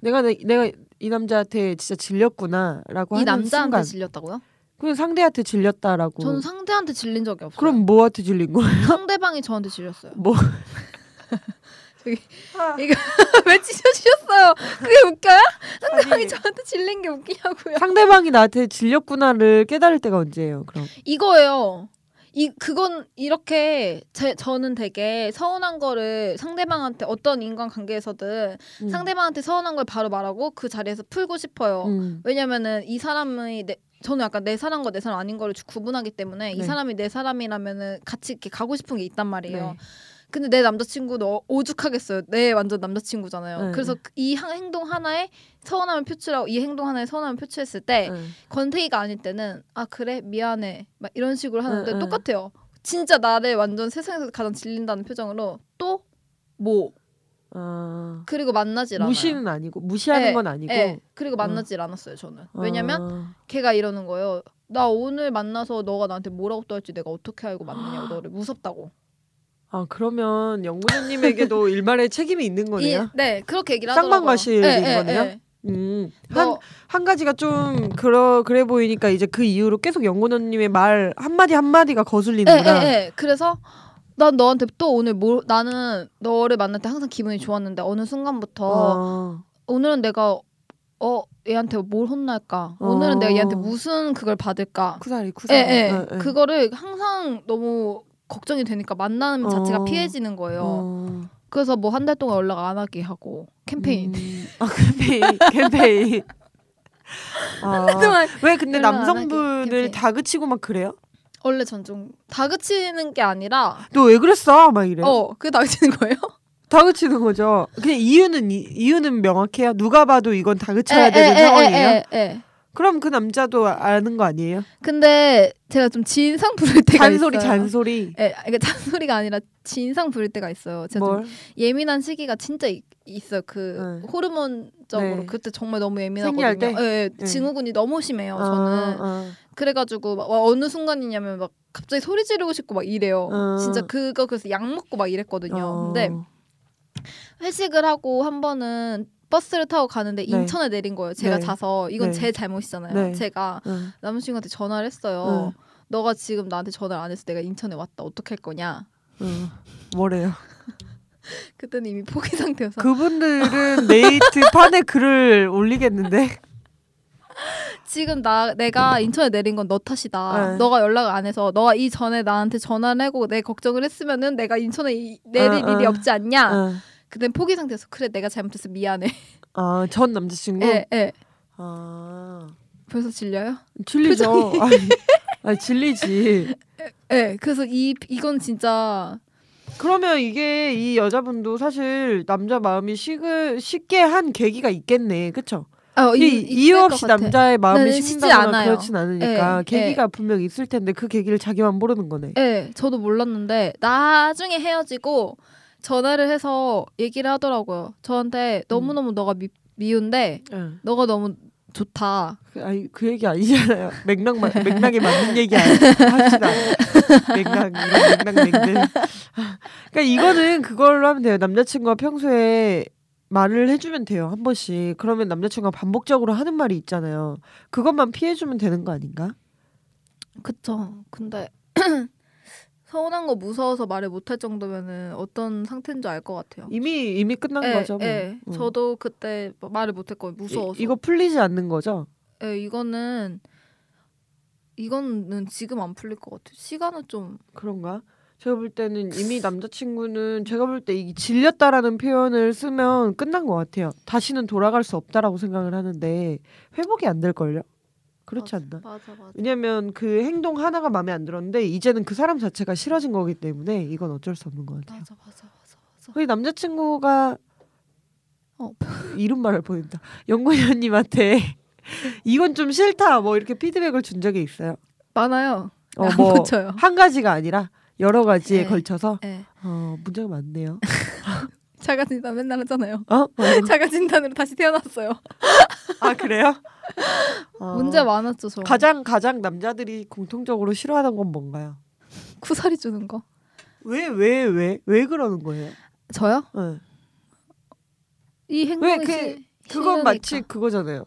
A: 내가 내, 내가 이 남자한테 진짜 질렸구나라고
B: 이
A: 하는
B: 남자한테
A: 순간,
B: 질렸다고요?
A: 그 상대한테 질렸다라고.
B: 저는 상대한테 질린 적이 없어요.
A: 그럼 뭐한테 질린 거예요?
B: 상대방이 저한테 질렸어요.
A: 뭐? 아.
B: 왜 찢어지셨어요? 그게 웃겨요?
A: 아니,
B: 저한테 질린 게 웃기냐고요?
A: 상대방이 나한테 질렸구나를 깨달을 때가 언제예요? 그럼
B: 이거예요. 이 그건 이렇게 제, 저는 되게 서운한 거를 상대방한테 어떤 인간 관계에서든
A: 음.
B: 상대방한테 서운한 걸 바로 말하고 그 자리에서 풀고 싶어요.
A: 음.
B: 왜냐면은 이 사람이 내, 저는 약간 내 사람과 내 사람 아닌 거를 주- 구분하기 때문에 이
A: 네.
B: 사람이 내 사람이라면은 같이 이렇게 가고 싶은 게 있단 말이에요.
A: 네.
B: 근데 내 남자친구도 오죽하겠어요. 내 완전 남자친구잖아요.
A: 네.
B: 그래서 이 한- 행동 하나에 서운함을 표출하고 이 행동 하나에 서운함을 표출했을 때
A: 네.
B: 권태기가 아닐 때는 아 그래 미안해 막 이런 식으로 하는데
A: 응, 응.
B: 똑같아요. 진짜 나를 완전 세상에서 가장 질린다는 표정으로 또 뭐
A: 아,
B: 그리고 만나질 않아요.
A: 무시는 아니고 무시하는
B: 네,
A: 건 아니고.
B: 예, 그리고 만나질 않았어요 저는. 왜냐면
A: 아,
B: 걔가 이러는 거예요. 나 오늘 만나서 너가 나한테 뭐라고 또 할지 내가 어떻게 알고 만나냐고 너를 무섭다고.
A: 아, 그러면 영구님에게도 일말의 책임이 있는 거네요.
B: 이- 네 그렇게 얘기를 하더라고요.
A: 쌍방 과실인
B: 예, 예,
A: 거네요?
B: 예.
A: 음, 한,
B: 너,
A: 한 가지가 좀 그러, 그래 보이니까 이제 그 이후로 계속 영구님의 말 한마디 한마디가
B: 예,
A: 거슬리는구나.
B: 예, 예. 그래서 난 너한테 또 오늘 뭐 나는 너를 만날 때 항상 기분이 좋았는데 어느 순간부터
A: 어.
B: 오늘은 내가 어 얘한테 뭘 혼날까?
A: 어.
B: 오늘은 내가 얘한테 무슨 그걸 받을까?
A: 쿠사리 쿠사리.
B: 예, 예.
A: 어, 예.
B: 그거를 항상 너무 걱정이 되니까 만나는 자체가
A: 어.
B: 피해지는 거예요.
A: 어.
B: 그래서 뭐 한 달 동안 연락 안 하게 하고 캠페인.
A: 음. 아, 캠페인 캠페인. 아,
B: 그동안
A: 왜 근데
B: 연락 안 하게
A: 남성분을
B: 캠페인.
A: 다그치고 막 그래요?
B: 원래 전 좀 다그치는 게 아니라
A: 너 왜 그랬어? 막 이래요.
B: 어 그게 다그치는 거예요?
A: 다그치는 거죠. 그냥 이유는 이, 이유는 명확해요. 누가 봐도 이건
B: 예,
A: 다그쳐야 되는 상황이에요.
B: 에, 에, 에.
A: 그럼 그 남자도 아는 거 아니에요?
B: 근데 제가 좀 진상 부릴 때가
A: 잔소리
B: 있어요.
A: 잔소리.
B: 예, 그러니까 잔소리가 아니라 진상 부릴 때가 있어요. 제가
A: 뭘?
B: 좀 예민한 시기가 진짜 있, 있어요. 그
A: 네.
B: 호르몬적으로
A: 네.
B: 그때 정말 너무
A: 생리할 때?
B: 예민하거든요. 예,
A: 네.
B: 예, 증후군이 너무 심해요.
A: 아,
B: 어, 저는 그래가지고 막, 와, 어느 순간이냐면 막 갑자기 소리 지르고 싶고 막 이래요.
A: 아.
B: 진짜 그거 그래서 약 먹고 막
A: 아,
B: 이랬거든요.
A: 어.
B: 근데 회식을 하고 한 번은 버스를 타고 가는데
A: 네.
B: 인천에 내린 거예요. 제가
A: 네.
B: 자서 이건
A: 네.
B: 제 잘못이잖아요.
A: 네.
B: 제가
A: 응.
B: 남친한테 전화를 했어요.
A: 네.
B: 너가 지금 나한테 전화를 안 해서 내가 인천에 왔다 어떻게 할 거냐?
A: 응. 어. 뭐래요?
B: 어. 그때는 이미 포기 상태여서
A: 그분들은 네이트 판에 글을 올리겠는데.
B: 지금 나 내가 인천에 내린 건 너 탓이다.
A: 네.
B: 너가 연락을 안 해서 너가 이 전에 나한테 전화를 하고 내 걱정을 했으면은 내가 인천에 이- 내릴
A: 어, 어.
B: 일이 없지 않냐?
A: 응.
B: 그땐 포기 상태에서 그래 내가 잘못했어 미안해.
A: 아, 전 남자친구.
B: 예, 예.
A: 아,
B: 벌써 질려요?
A: 질리죠. 아니, 아니, 질리지.
B: 예. 그래서 이 이건 진짜
A: 그러면 이게 이 여자분도 사실 남자 마음이 식을 쉽게 한 계기가 있겠네, 그렇죠?
B: 아, 이- 있을
A: 이유
B: 것
A: 없이
B: 같아.
A: 남자의
B: 네,
A: 마음이
B: 네, 쉽지
A: 식는다거나
B: 않아요.
A: 그렇진 않으니까
B: 예,
A: 계기가 분명 있을 텐데 그 계기를 자기만 모르는 거네.
B: 예, 저도 몰랐는데 나중에 헤어지고 전화를 해서 얘기를 하더라고요. 저한테 너무너무 너가 미, 미운데
A: 응.
B: 너가 너무 좋다.
A: 그, 아니 그 얘기 아니잖아요. 맥락 마- 맥락에 맞는 얘기 아니 합시다. 맥락 이런 맥락 맥락. 그러니까 이거는 그걸로 하면 돼요. 남자친구가 평소에 말을 해주면 돼요. 한 번씩. 그러면 남자친구가 반복적으로 하는 말이 있잖아요. 그것만 피해주면 되는 거 아닌가?
B: 그쵸. 근데 서운한 거 무서워서 말을 못할 정도면은 어떤 상태인지 알 것 같아요.
A: 이미 이미 끝난
B: 예,
A: 거죠. 뭐.
B: 예.
A: 응.
B: 저도 그때 뭐 말을 못했거든요. 무서워서.
A: 이, 이거 풀리지 않는 거죠.
B: 예, 이거는 이거는 지금 안 풀릴 것 같아요. 시간은 좀
A: 그런가? 제가 볼 때는 이미 남자친구는 제가 볼 때 이 질렸다라는 표현을 쓰면 끝난 것 같아요. 다시는 돌아갈 수 없다라고 생각을 하는데 회복이 안 될 걸요. 그렇지 않나?
B: 맞아 맞아.
A: 왜냐면 그 행동 하나가 마음에 안 들었는데 이제는 그 사람 자체가 싫어진 거기 때문에 이건 어쩔 수 없는 것 같아요.
B: 맞아 맞아 맞아 맞아.
A: 우리 남자친구가
B: 어.
A: 이런 말을 보낸다. 영곤이 언님한테 이건 좀 싫다 뭐 이렇게 피드백을 준 적이 있어요.
B: 많아요.
A: 어,
B: 안
A: 뭐
B: 고쳐요.
A: 한 가지가 아니라 여러 가지에
B: 네.
A: 걸쳐서
B: 예.
A: 어, 문제가 많네요.
B: 자가 진단 맨날 하잖아요.
A: 어? 어.
B: 자가 진단으로 다시 태어났어요.
A: 아 그래요? 어,
B: 문제 많았죠, 저.
A: 가장 가장 남자들이 공통적으로 싫어하는 건 뭔가요?
B: 구사리 주는 거.
A: 왜 왜 왜 왜 그러는 거예요?
B: 저요?
A: 네.
B: 이
A: 왜
B: 행동이
A: 그-
B: 시-
A: 그건 마치
B: 싫으니까.
A: 그거잖아요.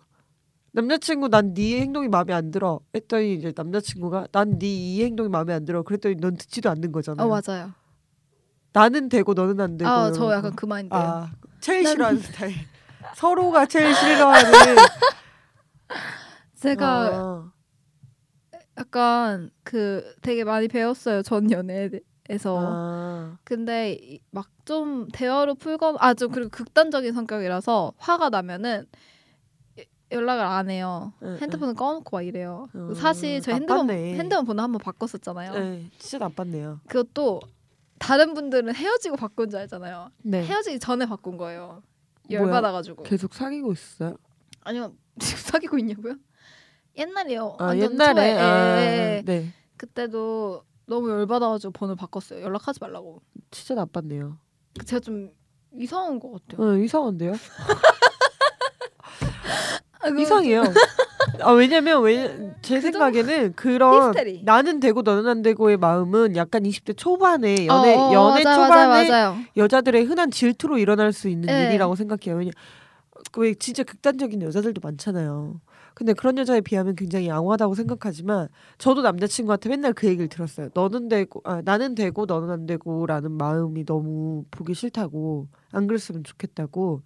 A: 남자친구 난 네 행동이 마음에 안 들어 했더니 이제 남자친구가 난 네 이 행동이 마음에 안 들어 그랬더니 넌 듣지도 않는 거잖아요.
B: 어 맞아요.
A: 나는 되고 너는 안 되고.
B: 아,
A: 이러는
B: 저
A: 거.
B: 약간 그 마인드. 요
A: 네, 아 제일
B: 난-
A: 싫어하는 스타일. 서로가 제일 싫어하는.
B: 제가
A: 아,
B: 약간 그 되게 많이 배웠어요. 전 연애에서.
A: 아.
B: 근데 막 좀 대화로 풀거 아좀 그리고 극단적인 성격이라서 화가 나면은 예- 연락을 안 해요.
A: 응,
B: 핸드폰을 꺼놓고 막 이래요.
A: 음,
B: 사실 저 핸드폰
A: 나빴네.
B: 핸드폰 번호 한번 바꿨었잖아요.
A: 네, 진짜 나빴네요.
B: 그것도 다른 분들은 헤어지고 바꾼 줄 알잖아요.
A: 네.
B: 헤어지기 전에 바꾼 거예요.
A: 뭐야? 그-
B: 열받아가지고.
A: 계속 사귀고 있어요.
B: 아니요 지금 사귀고 있냐고요? 옛날이요.
A: 아
B: 어, 완전
A: 옛날에
B: 초에.
A: 아,
B: 예, 예, 예.
A: 네
B: 그때도 너무 열받아가지고 번호 바꿨어요. 연락하지 말라고.
A: 진짜 나빴네요.
B: 그 제가 좀
C: 이상한 것 같아요.
A: 응, 이상한데요?
B: 아, 그-
A: 이상해요. 아, 왜냐면 왜, 제 생각에는 그런
C: 히스테리.
A: 나는 되고 너는 안 되고의 마음은 약간 20대 초반에 연애
B: 어, 어,
A: 연애
B: 맞아요,
A: 초반에
B: 맞아요, 맞아요.
A: 여자들의 흔한 질투로 일어날 수 있는
B: 네.
A: 일이라고 생각해요. 왜냐 그 왜 진짜 극단적인 여자들도 많잖아요. 근데 그런 여자에 비하면 굉장히 양호하다고 생각하지만 저도 남자친구한테 맨날 그 얘기를 들었어요. 너는 되고 아, 나는 되고 너는 안 되고라는 마음이 너무 보기 싫다고 안 그랬으면 좋겠다고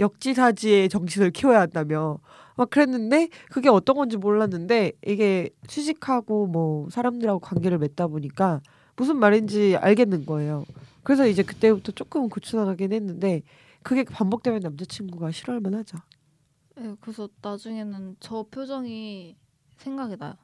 A: 역지사지의 정신을 키워야 한다며 막 그랬는데 그게 어떤 건지 몰랐는데 이게 취직하고 뭐 사람들하고 관계를 맺다 보니까 무슨 말인지 알겠는 거예요. 그래서 이제 그때부터 조금 고쳐나가긴 했는데 그게 반복되면 남자친구가 싫어할만 하죠.
B: 예, 그래서 나중에는 저 표정이 생각이 나요.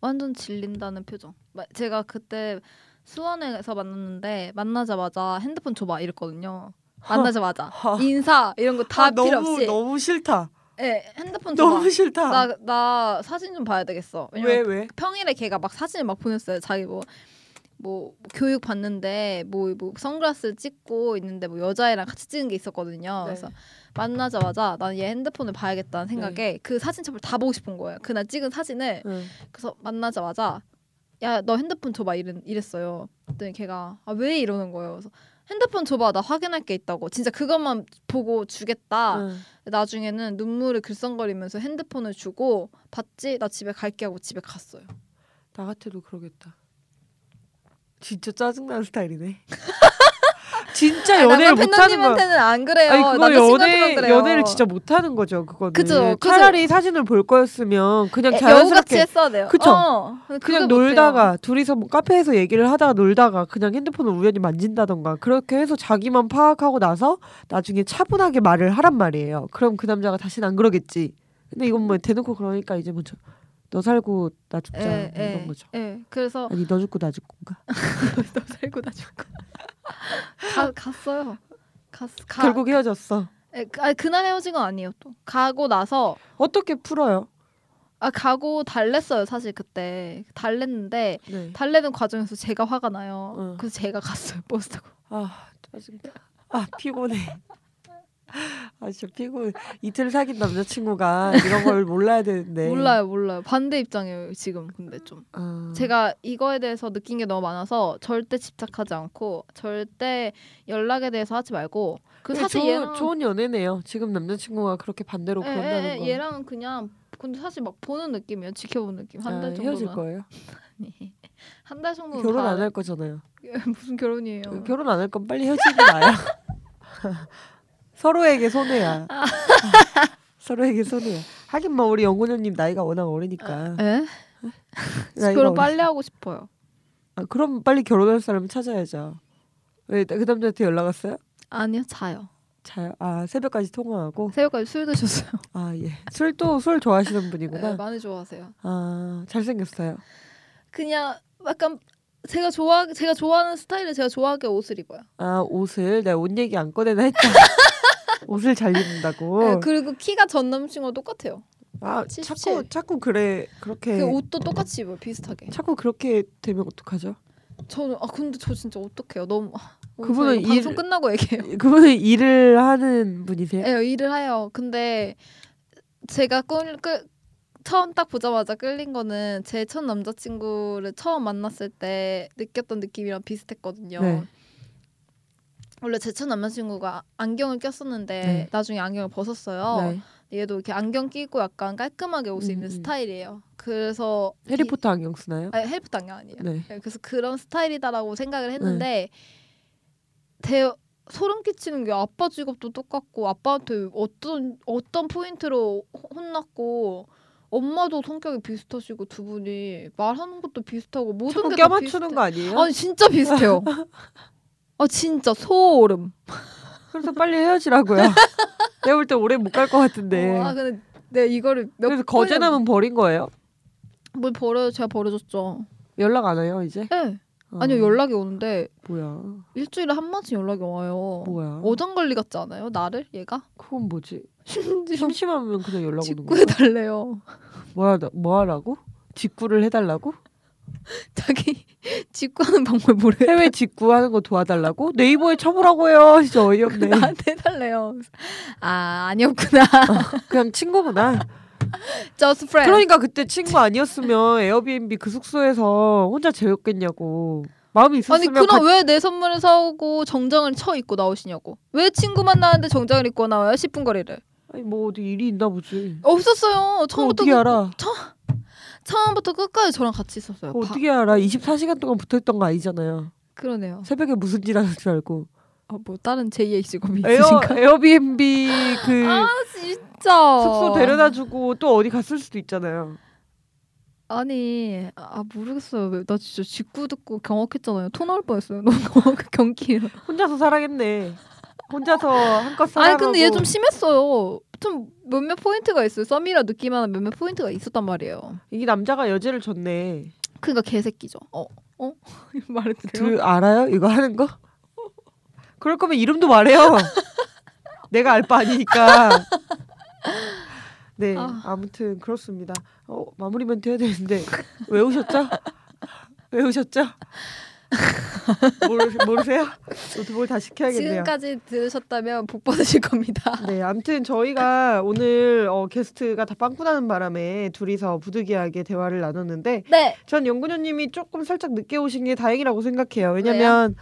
B: 완전 질린다는 표정. 마- 제가 그때 수원에서 만났는데 만나자마자 핸드폰 줘봐 이랬거든요. 만나자마자
A: 허.
B: 인사 이런 거 다
A: 아,
B: 필요
A: 너무
B: 없이.
A: 너무 싫다.
B: 예, 핸드폰 줘봐.
A: 너무 싫다.
B: 나 나 사진 좀 봐야 되겠어. 왜냐면
A: 왜 왜?
B: 평일에 걔가 막 사진을 막 보냈어요. 자기 뭐, 뭐 교육 받는데 뭐, 뭐 선글라스를 찍고 있는데 뭐 여자애랑 같이 찍은 게 있었거든요.
A: 네.
B: 어, 그래서 만나자마자 난 얘 핸드폰을 봐야겠다는 생각에 그 사진첩을 다 보고 싶은 거예요. 그날 찍은 사진을
A: 응.
B: 그래서 만나자마자 야 너 핸드폰 줘봐 이랬, 이랬어요. 그랬더니 걔가 아, 왜 이러는 거예요. 그래서 핸드폰 줘봐 나 확인할 게 있다고 진짜 그것만 보고 주겠다.
A: 응.
B: 나중에는 눈물을 글썽거리면서 핸드폰을 주고 봤지 나 집에 갈게 하고 집에 갔어요.
A: 나 같아도 그러겠다. 진짜 짜증나는 스타일이네. 진짜
B: 아,
A: 연애를
B: 남편
A: 못하는 거야.
B: 팬님한테는 안 그래요.
A: 아니 그거 연애
B: 남자친구한테는 그래요.
A: 연애를 진짜 못하는 거죠 그거는.
B: 그죠, 그죠.
A: 차라리 사진을 볼 거였으면 그냥
B: 에, 여우같이
A: 자연스럽게
B: 예, 했어야 돼요.
A: 그쵸?
B: 어, 근데
A: 그냥
B: 그게 못해요.
A: 놀다가 둘이서 뭐 카페에서 얘기를 하다가 놀다가 그냥 핸드폰을 우연히 만진다던가 그렇게 해서 자기만 파악하고 나서 나중에 차분하게 말을 하란 말이에요. 그럼 그 남자가 다시는 안 그러겠지. 근데 이건 뭐 대놓고 그러니까 이제 뭐 너 살고 나 죽자
B: 에, 에,
A: 이런 거죠.
B: 에, 예, 그래서
A: 아니 너 죽고 나 죽고인가?
B: 너 살고 나 죽고 가, 갔어요. 갔 가.
A: 결국 헤어졌어.
B: 에, 그- 아니, 그날 헤어진 건 아니에요. 또 가고 나서
A: 어떻게 풀어요?
B: 아 가고 달랬어요. 사실 그때 달랬는데
A: 네.
B: 달래는 과정에서 제가 화가 나요.
A: 응.
B: 그래서 제가 갔어요. 버스 타고.
A: 아 짜증나. 아 피곤해. 아 진짜 피곤해. 이틀 사귄 남자친구가 이런 걸 몰라야 되는데.
B: 몰라요, 몰라요. 반대 입장이에요. 지금 근데 좀.
A: 아,
B: 제가 이거에 대해서 느낀 게 너무 많아서 절대 집착하지 않고 절대 연락에 대해서 하지 말고 그
A: 근데
B: 사실
A: 네, 좋은,
B: 얘랑
A: 좋은 연애네요. 지금 남자친구가 그렇게 반대로
B: 예,
A: 그런다는
B: 예,
A: 거.
B: 얘랑은 그냥 근데 사실 막 보는 느낌이에요 지켜보는 느낌 한 달
A: 아,
B: 정도만
A: 헤어질 거예요.
B: 네. 한달 정도
A: 결혼 안 할 거잖아요.
B: 무슨 결혼이에요
A: 결혼 안 할 건 빨리 헤어지는 게 나아요. 서로에게 손해야.
B: 아.
A: 서로에게 손해야. 하긴 뭐 우리 영훈 형님 나이가 워낙 어리니까.
B: 예?
A: 나이가
B: 결혼
A: 어리-
B: 빨리 하고 싶어요
A: 아, 그럼 빨리 결혼할 사람 찾아야죠. 왜 그 남자한테 연락 왔어요?
B: 아니요 자요
A: 자요. 아 새벽까지 통화하고.
B: 새벽까지 술 드셨어요
A: 아 예. 술도 술 좋아하시는
B: 예,
A: 분이구나.
B: 많이 좋아하세요
A: 아 잘생겼어요.
B: 그냥 약간 제가 좋아 제가 좋아하는 스타일을 제가 좋아하게 옷을 입어요
A: 아 옷을 내가 옷 얘기 안 꺼내나 했다. 옷을 잘 입는다고.
B: 예, 그리고 키가 전 남친과 똑같아요
A: 아
B: 77.
A: 자꾸 자꾸 그래 그렇게
B: 그 옷도 똑같이 입어요 비슷하게
A: 자꾸 그렇게 되면 어떡하죠?
B: 저는 아 근데 저 진짜 어떡해요 너무 아, 오늘
A: 그분은
B: 저희 방송
A: 일-
B: 끝나고 얘기해요
A: 예, 그분은 일을 하는 분이세요?
B: 예 일을 해요 근데 제가 끌, 끌 처음 딱 보자마자 끌린 거는 제 첫 남자친구를 처음 만났을 때 느꼈던 느낌이랑 비슷했거든요
A: 네.
B: 원래 제 첫 남자친구가 안경을 꼈었는데
A: 네.
B: 나중에 안경을 벗었어요
A: 네.
B: 얘도 이렇게 안경 끼고 약간 깔끔하게 옷을
A: 음,
B: 입는
A: 음.
B: 스타일이에요 그래서 이-
A: 해리포터 안경 쓰나요?
B: 아니 해리포터 안경 아니에요
A: 네.
B: 예, 그래서 그런 스타일이다라고 생각을 했는데 대 소름 끼치는 게 아빠 직업도 똑같고 아빠한테 어떤 어떤 포인트로 호- 혼났고 엄마도 성격이 비슷하시고 두 분이 말하는 것도 비슷하고 모든
A: 자꾸
B: 게 다
A: 껴맞추는
B: 비슷해.
A: 거 아니에요?
B: 아니 진짜 비슷해요. 아 진짜 소름.
A: 그래서 빨리 헤어지라고요. 내가 볼 때 오래 못 갈 것 같은데.
B: 어, 아 근데 네 이거를 몇
A: 그래서
B: 번이나
A: 거제남은 버린 거예요?
B: 뭘 버려요? 제가 버려줬죠.
A: 연락 안 와요 이제?
B: 예.
A: 어,
B: 아니요 연락이 오는데
A: 뭐야?
B: 일주일에 한 번씩 연락이 와요.
A: 뭐야?
B: 어장 관리 같지 않아요? 나를 얘가?
A: 그건 뭐지? 심심하면 그냥 연락 오는 거야?
B: 직구해달래요.
A: 뭐하 뭐 하라고? 직구를 해달라고?
B: 자기 직구하는 방법 모르겠
A: 해외 직구하는 거 도와달라고 네이버에 쳐보라고 해요. 진짜 어이없네.
B: 나한테 해달래요. 아 아니었구나.
A: 그냥 친구구나.
B: Just friend.
A: 그러니까 그때 친구 아니었으면 에어비앤비 그 숙소에서 혼자 재웠겠냐고. 마음이
B: 아니
A: 있었으면
B: 그날
A: 같이-
B: 왜 내 선물을 사오고 정장을 쳐 입고 나오시냐고. 왜 친구 만나는데 정장을 입고 나와요? 10분 거리를.
A: 아니, 뭐 어디 일이 있나 보지.
B: 없었어요.
A: 그거
B: 처음부터
A: 어떻게
B: 끝-
A: 알아?
B: 처음부터 끝까지 저랑 같이 있었어요.
A: 그거
B: 바-
A: 어떻게 알아? 24시간 동안 붙어있던 거 아니잖아요.
B: 그러네요.
A: 새벽에 무슨 짓 하는 줄 알고.
B: 아, 뭐 다른 제2의 직업이
A: 에어,
B: 있으신가?
A: 에어비앤비 그
B: 아 진짜.
A: 숙소 데려다주고 또 어디 갔을 수도 있잖아요.
B: 아니 아 모르겠어요. 왜- 나 진짜 직구 듣고 경악했잖아요. 토 나올 뻔했어요. 너무 경악 경기예요.
A: 혼자서 사랑했네. 혼자서 한껏 사랑하고.
B: 아니 근데 얘 좀 심했어요. 좀 몇몇 포인트가 있어요. 썸이라 느끼만한 몇몇 포인트가 있었단 말이에요.
A: 이 남자가 여자를 줬네.
B: 그러니까 개새끼죠. 어, 어? 말해도 돼요?
A: 그 알아요? 이거 하는 거? 그럴 거면 이름도 말해요. 내가 알 바 아니니까. 네,
B: 아.
A: 아무튼 그렇습니다. 어, 마무리 멘트 해야 되는데 외우셨죠? 외우셨죠? 모르, 모르세요? 노트북을 다 시켜야겠네요.
B: 지금까지 들으셨다면 복 받으실 겁니다.
A: 네, 아무튼 저희가 오늘 어, 게스트가 다 빵꾸나는 바람에 둘이서 부득이하게 대화를 나눴는데
B: 네.
A: 전 연구녀님이 조금 살짝 늦게 오신 게 다행이라고 생각해요. 왜냐면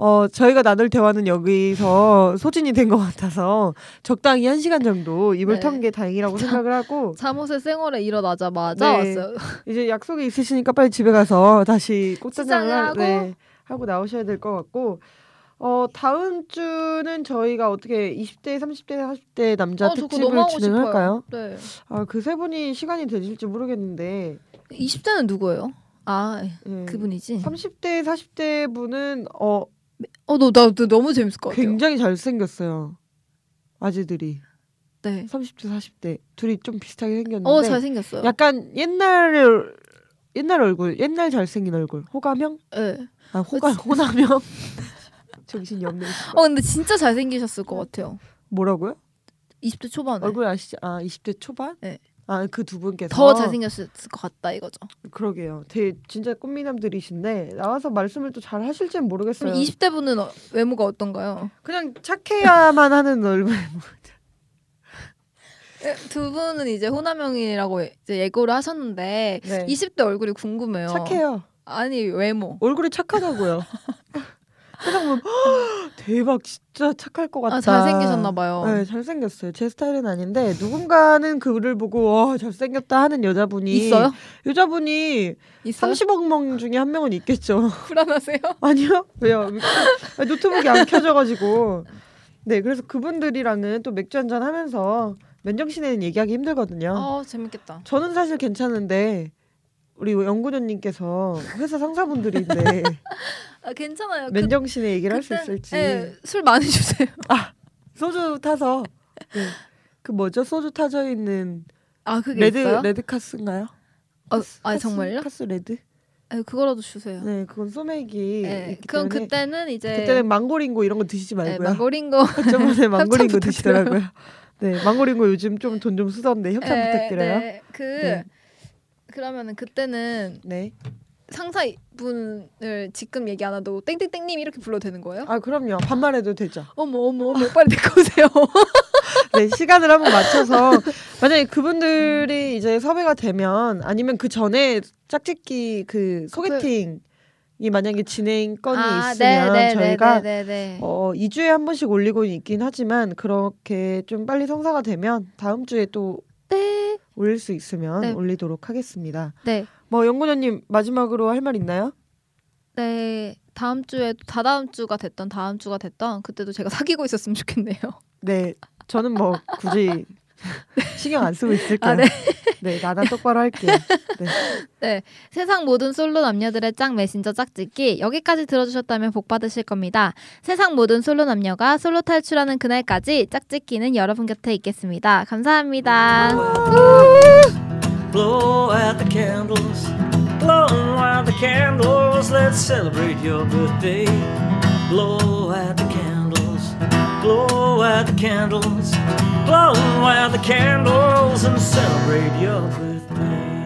A: 어 저희가 나눌 대화는 여기서 소진이 된 것 같아서 적당히 한 시간 정도 입을
B: 네.
A: 턴 게 다행이라고 생각을 하고
B: 잠옷의 생얼에 일어나자마자
A: 네.
B: 왔어요.
A: 이제 약속이 있으시니까 빨리 집에 가서 다시 꽃단장을
B: 시장을
A: 하-
B: 하고.
A: 네, 하고 나오셔야 될 것 같고 어 다음 주는 저희가 어떻게 20대, 30대, 40대 남자
B: 어, 저 그거
A: 특집을
B: 너무 하고
A: 진행할까요?
B: 네.
A: 아 그 세 분이 시간이 되실지 모르겠는데
B: 20대는 누구예요? 아
A: 예.
B: 그분이지.
A: 30대, 40대 분은 어
B: 어너나 나 너무 재밌을 것 같아요.
A: 굉장히 잘생겼어요. 아재들이
B: 네.
A: 30대 40대 둘이 좀 비슷하게 생겼는데
B: 어 잘생겼어요.
A: 네. 약간 옛날 옛날 얼굴 옛날 잘생긴 얼굴 호감형
B: 네.
A: 아 호감
B: 그치.
A: 호남형 정신이 없네
B: 어 근데 진짜 잘생기셨을 것 같아요.
A: 뭐라고요
B: 20대 초반에
A: 얼굴 아시죠 아 20대 초반
B: 네.
A: 아 그 두 분께서
B: 더 잘생겼을 것 같다 이거죠.
A: 그러게요 되게 진짜 꽃미남들이신데 나와서 말씀을 또 잘 하실지는 모르겠어요
B: 그럼 20대 분은 어- 외모가 어떤가요?
A: 그냥 착해야만 하는 얼굴
B: 예, 두 분은 이제 호남형이라고 이제 예고를 하셨는데
A: 네.
B: 20대 얼굴이 궁금해요.
A: 착해요
B: 아니 외모.
A: 얼굴이 착하다고요. 세상 보면 대박 진짜 착할 것 같다.
B: 아, 잘생기셨나 봐요.
A: 네, 잘생겼어요. 제 스타일은 아닌데 누군가는 그를 보고 와 잘생겼다 하는 여자분이
B: 있어요?
A: 여자분이
B: 있어요?
A: 30억 명 중에 한 명은 있겠죠.
B: 불안하세요?
A: 아니요? 왜요? 아, 노트북이 안 켜져가지고 네 그래서 그분들이랑은 또 맥주 한잔 하면서 맨정신에는 얘기하기 힘들거든요.
B: 아 재밌겠다.
A: 저는 사실 괜찮은데 우리 연구자님께서 회사 상사분들인데
B: 아, 괜찮아요.
A: 맨정신에 얘기를 할 수
B: 그땐-
A: 있을지
B: 예, 술 많이 주세요.
A: 소주 타서 네. 그 뭐죠 소주 타져 있는
B: 아 예. 그게
A: 레드
B: 있어요?
A: 레드 카스인가요?
B: 어,
A: 카스,
B: 아
A: 카스,
B: 정말요?
A: 카스 레드?
B: 예, 그거라도 주세요.
A: 네 그건 소맥이
B: 예,
A: 있기
B: 그럼
A: 때문에
B: 그때는 이제
A: 그때는 망고링고 이런 거 드시지
B: 예,
A: 말고요.
B: 망고링고
A: 저번에 망고링고
B: 협찬
A: 드시더라고요. 네 망고링고 요즘 좀 돈 좀 쓰던데 협찬
B: 예,
A: 부탁드려요. 네.
B: 네, 그
A: 네.
B: 그러면은 그때는 상사 분을 지금 얘기 안 하도 땡땡땡님 이렇게 불러도 되는 거예요?
A: 아 그럼요 반말해도 되죠.
B: 어머 어머 어머 빨리 데리고 오세요.
A: 네 시간을 한번 맞춰서 만약에 그분들이 이제 섭외가 되면 아니면 그 전에 짝짓기 그 소개팅이 만약에 진행건이
B: 아,
A: 있으면 저희가
B: 네, 네네네.
A: 어, 2주에 한 번씩 올리고 있긴 하지만 그렇게 좀 빨리 성사가 되면 다음 주에 또
B: 네.
A: 올릴 수 있으면
B: 네.
A: 올리도록 하겠습니다.
B: 네.
A: 뭐 연구자님 마지막으로 할 말 있나요?
B: 네. 다음 주에 다다음 주가 됐던 다음 주가 됐던 그때도 제가 사귀고 있었으면 좋겠네요.
A: 네, 저는 뭐 굳이 신경 안 쓰고 있을게요.
B: 아, 네.
A: 네, 나나 똑바로 할게요. 네.
B: 세상 모든 솔로 남녀들의 짝 메신저 짝짓기 여기까지 들어주셨다면 복 받으실 겁니다. 세상 모든 솔로 남녀가 솔로 탈출하는 그날까지 짝짓기는 여러분 곁에 있겠습니다. 감사합니다.
D: Blow out the candles, blow out the candles, let's celebrate your birthday. Blow out the candles, blow out the candles, blow out the candles, and celebrate your birthday.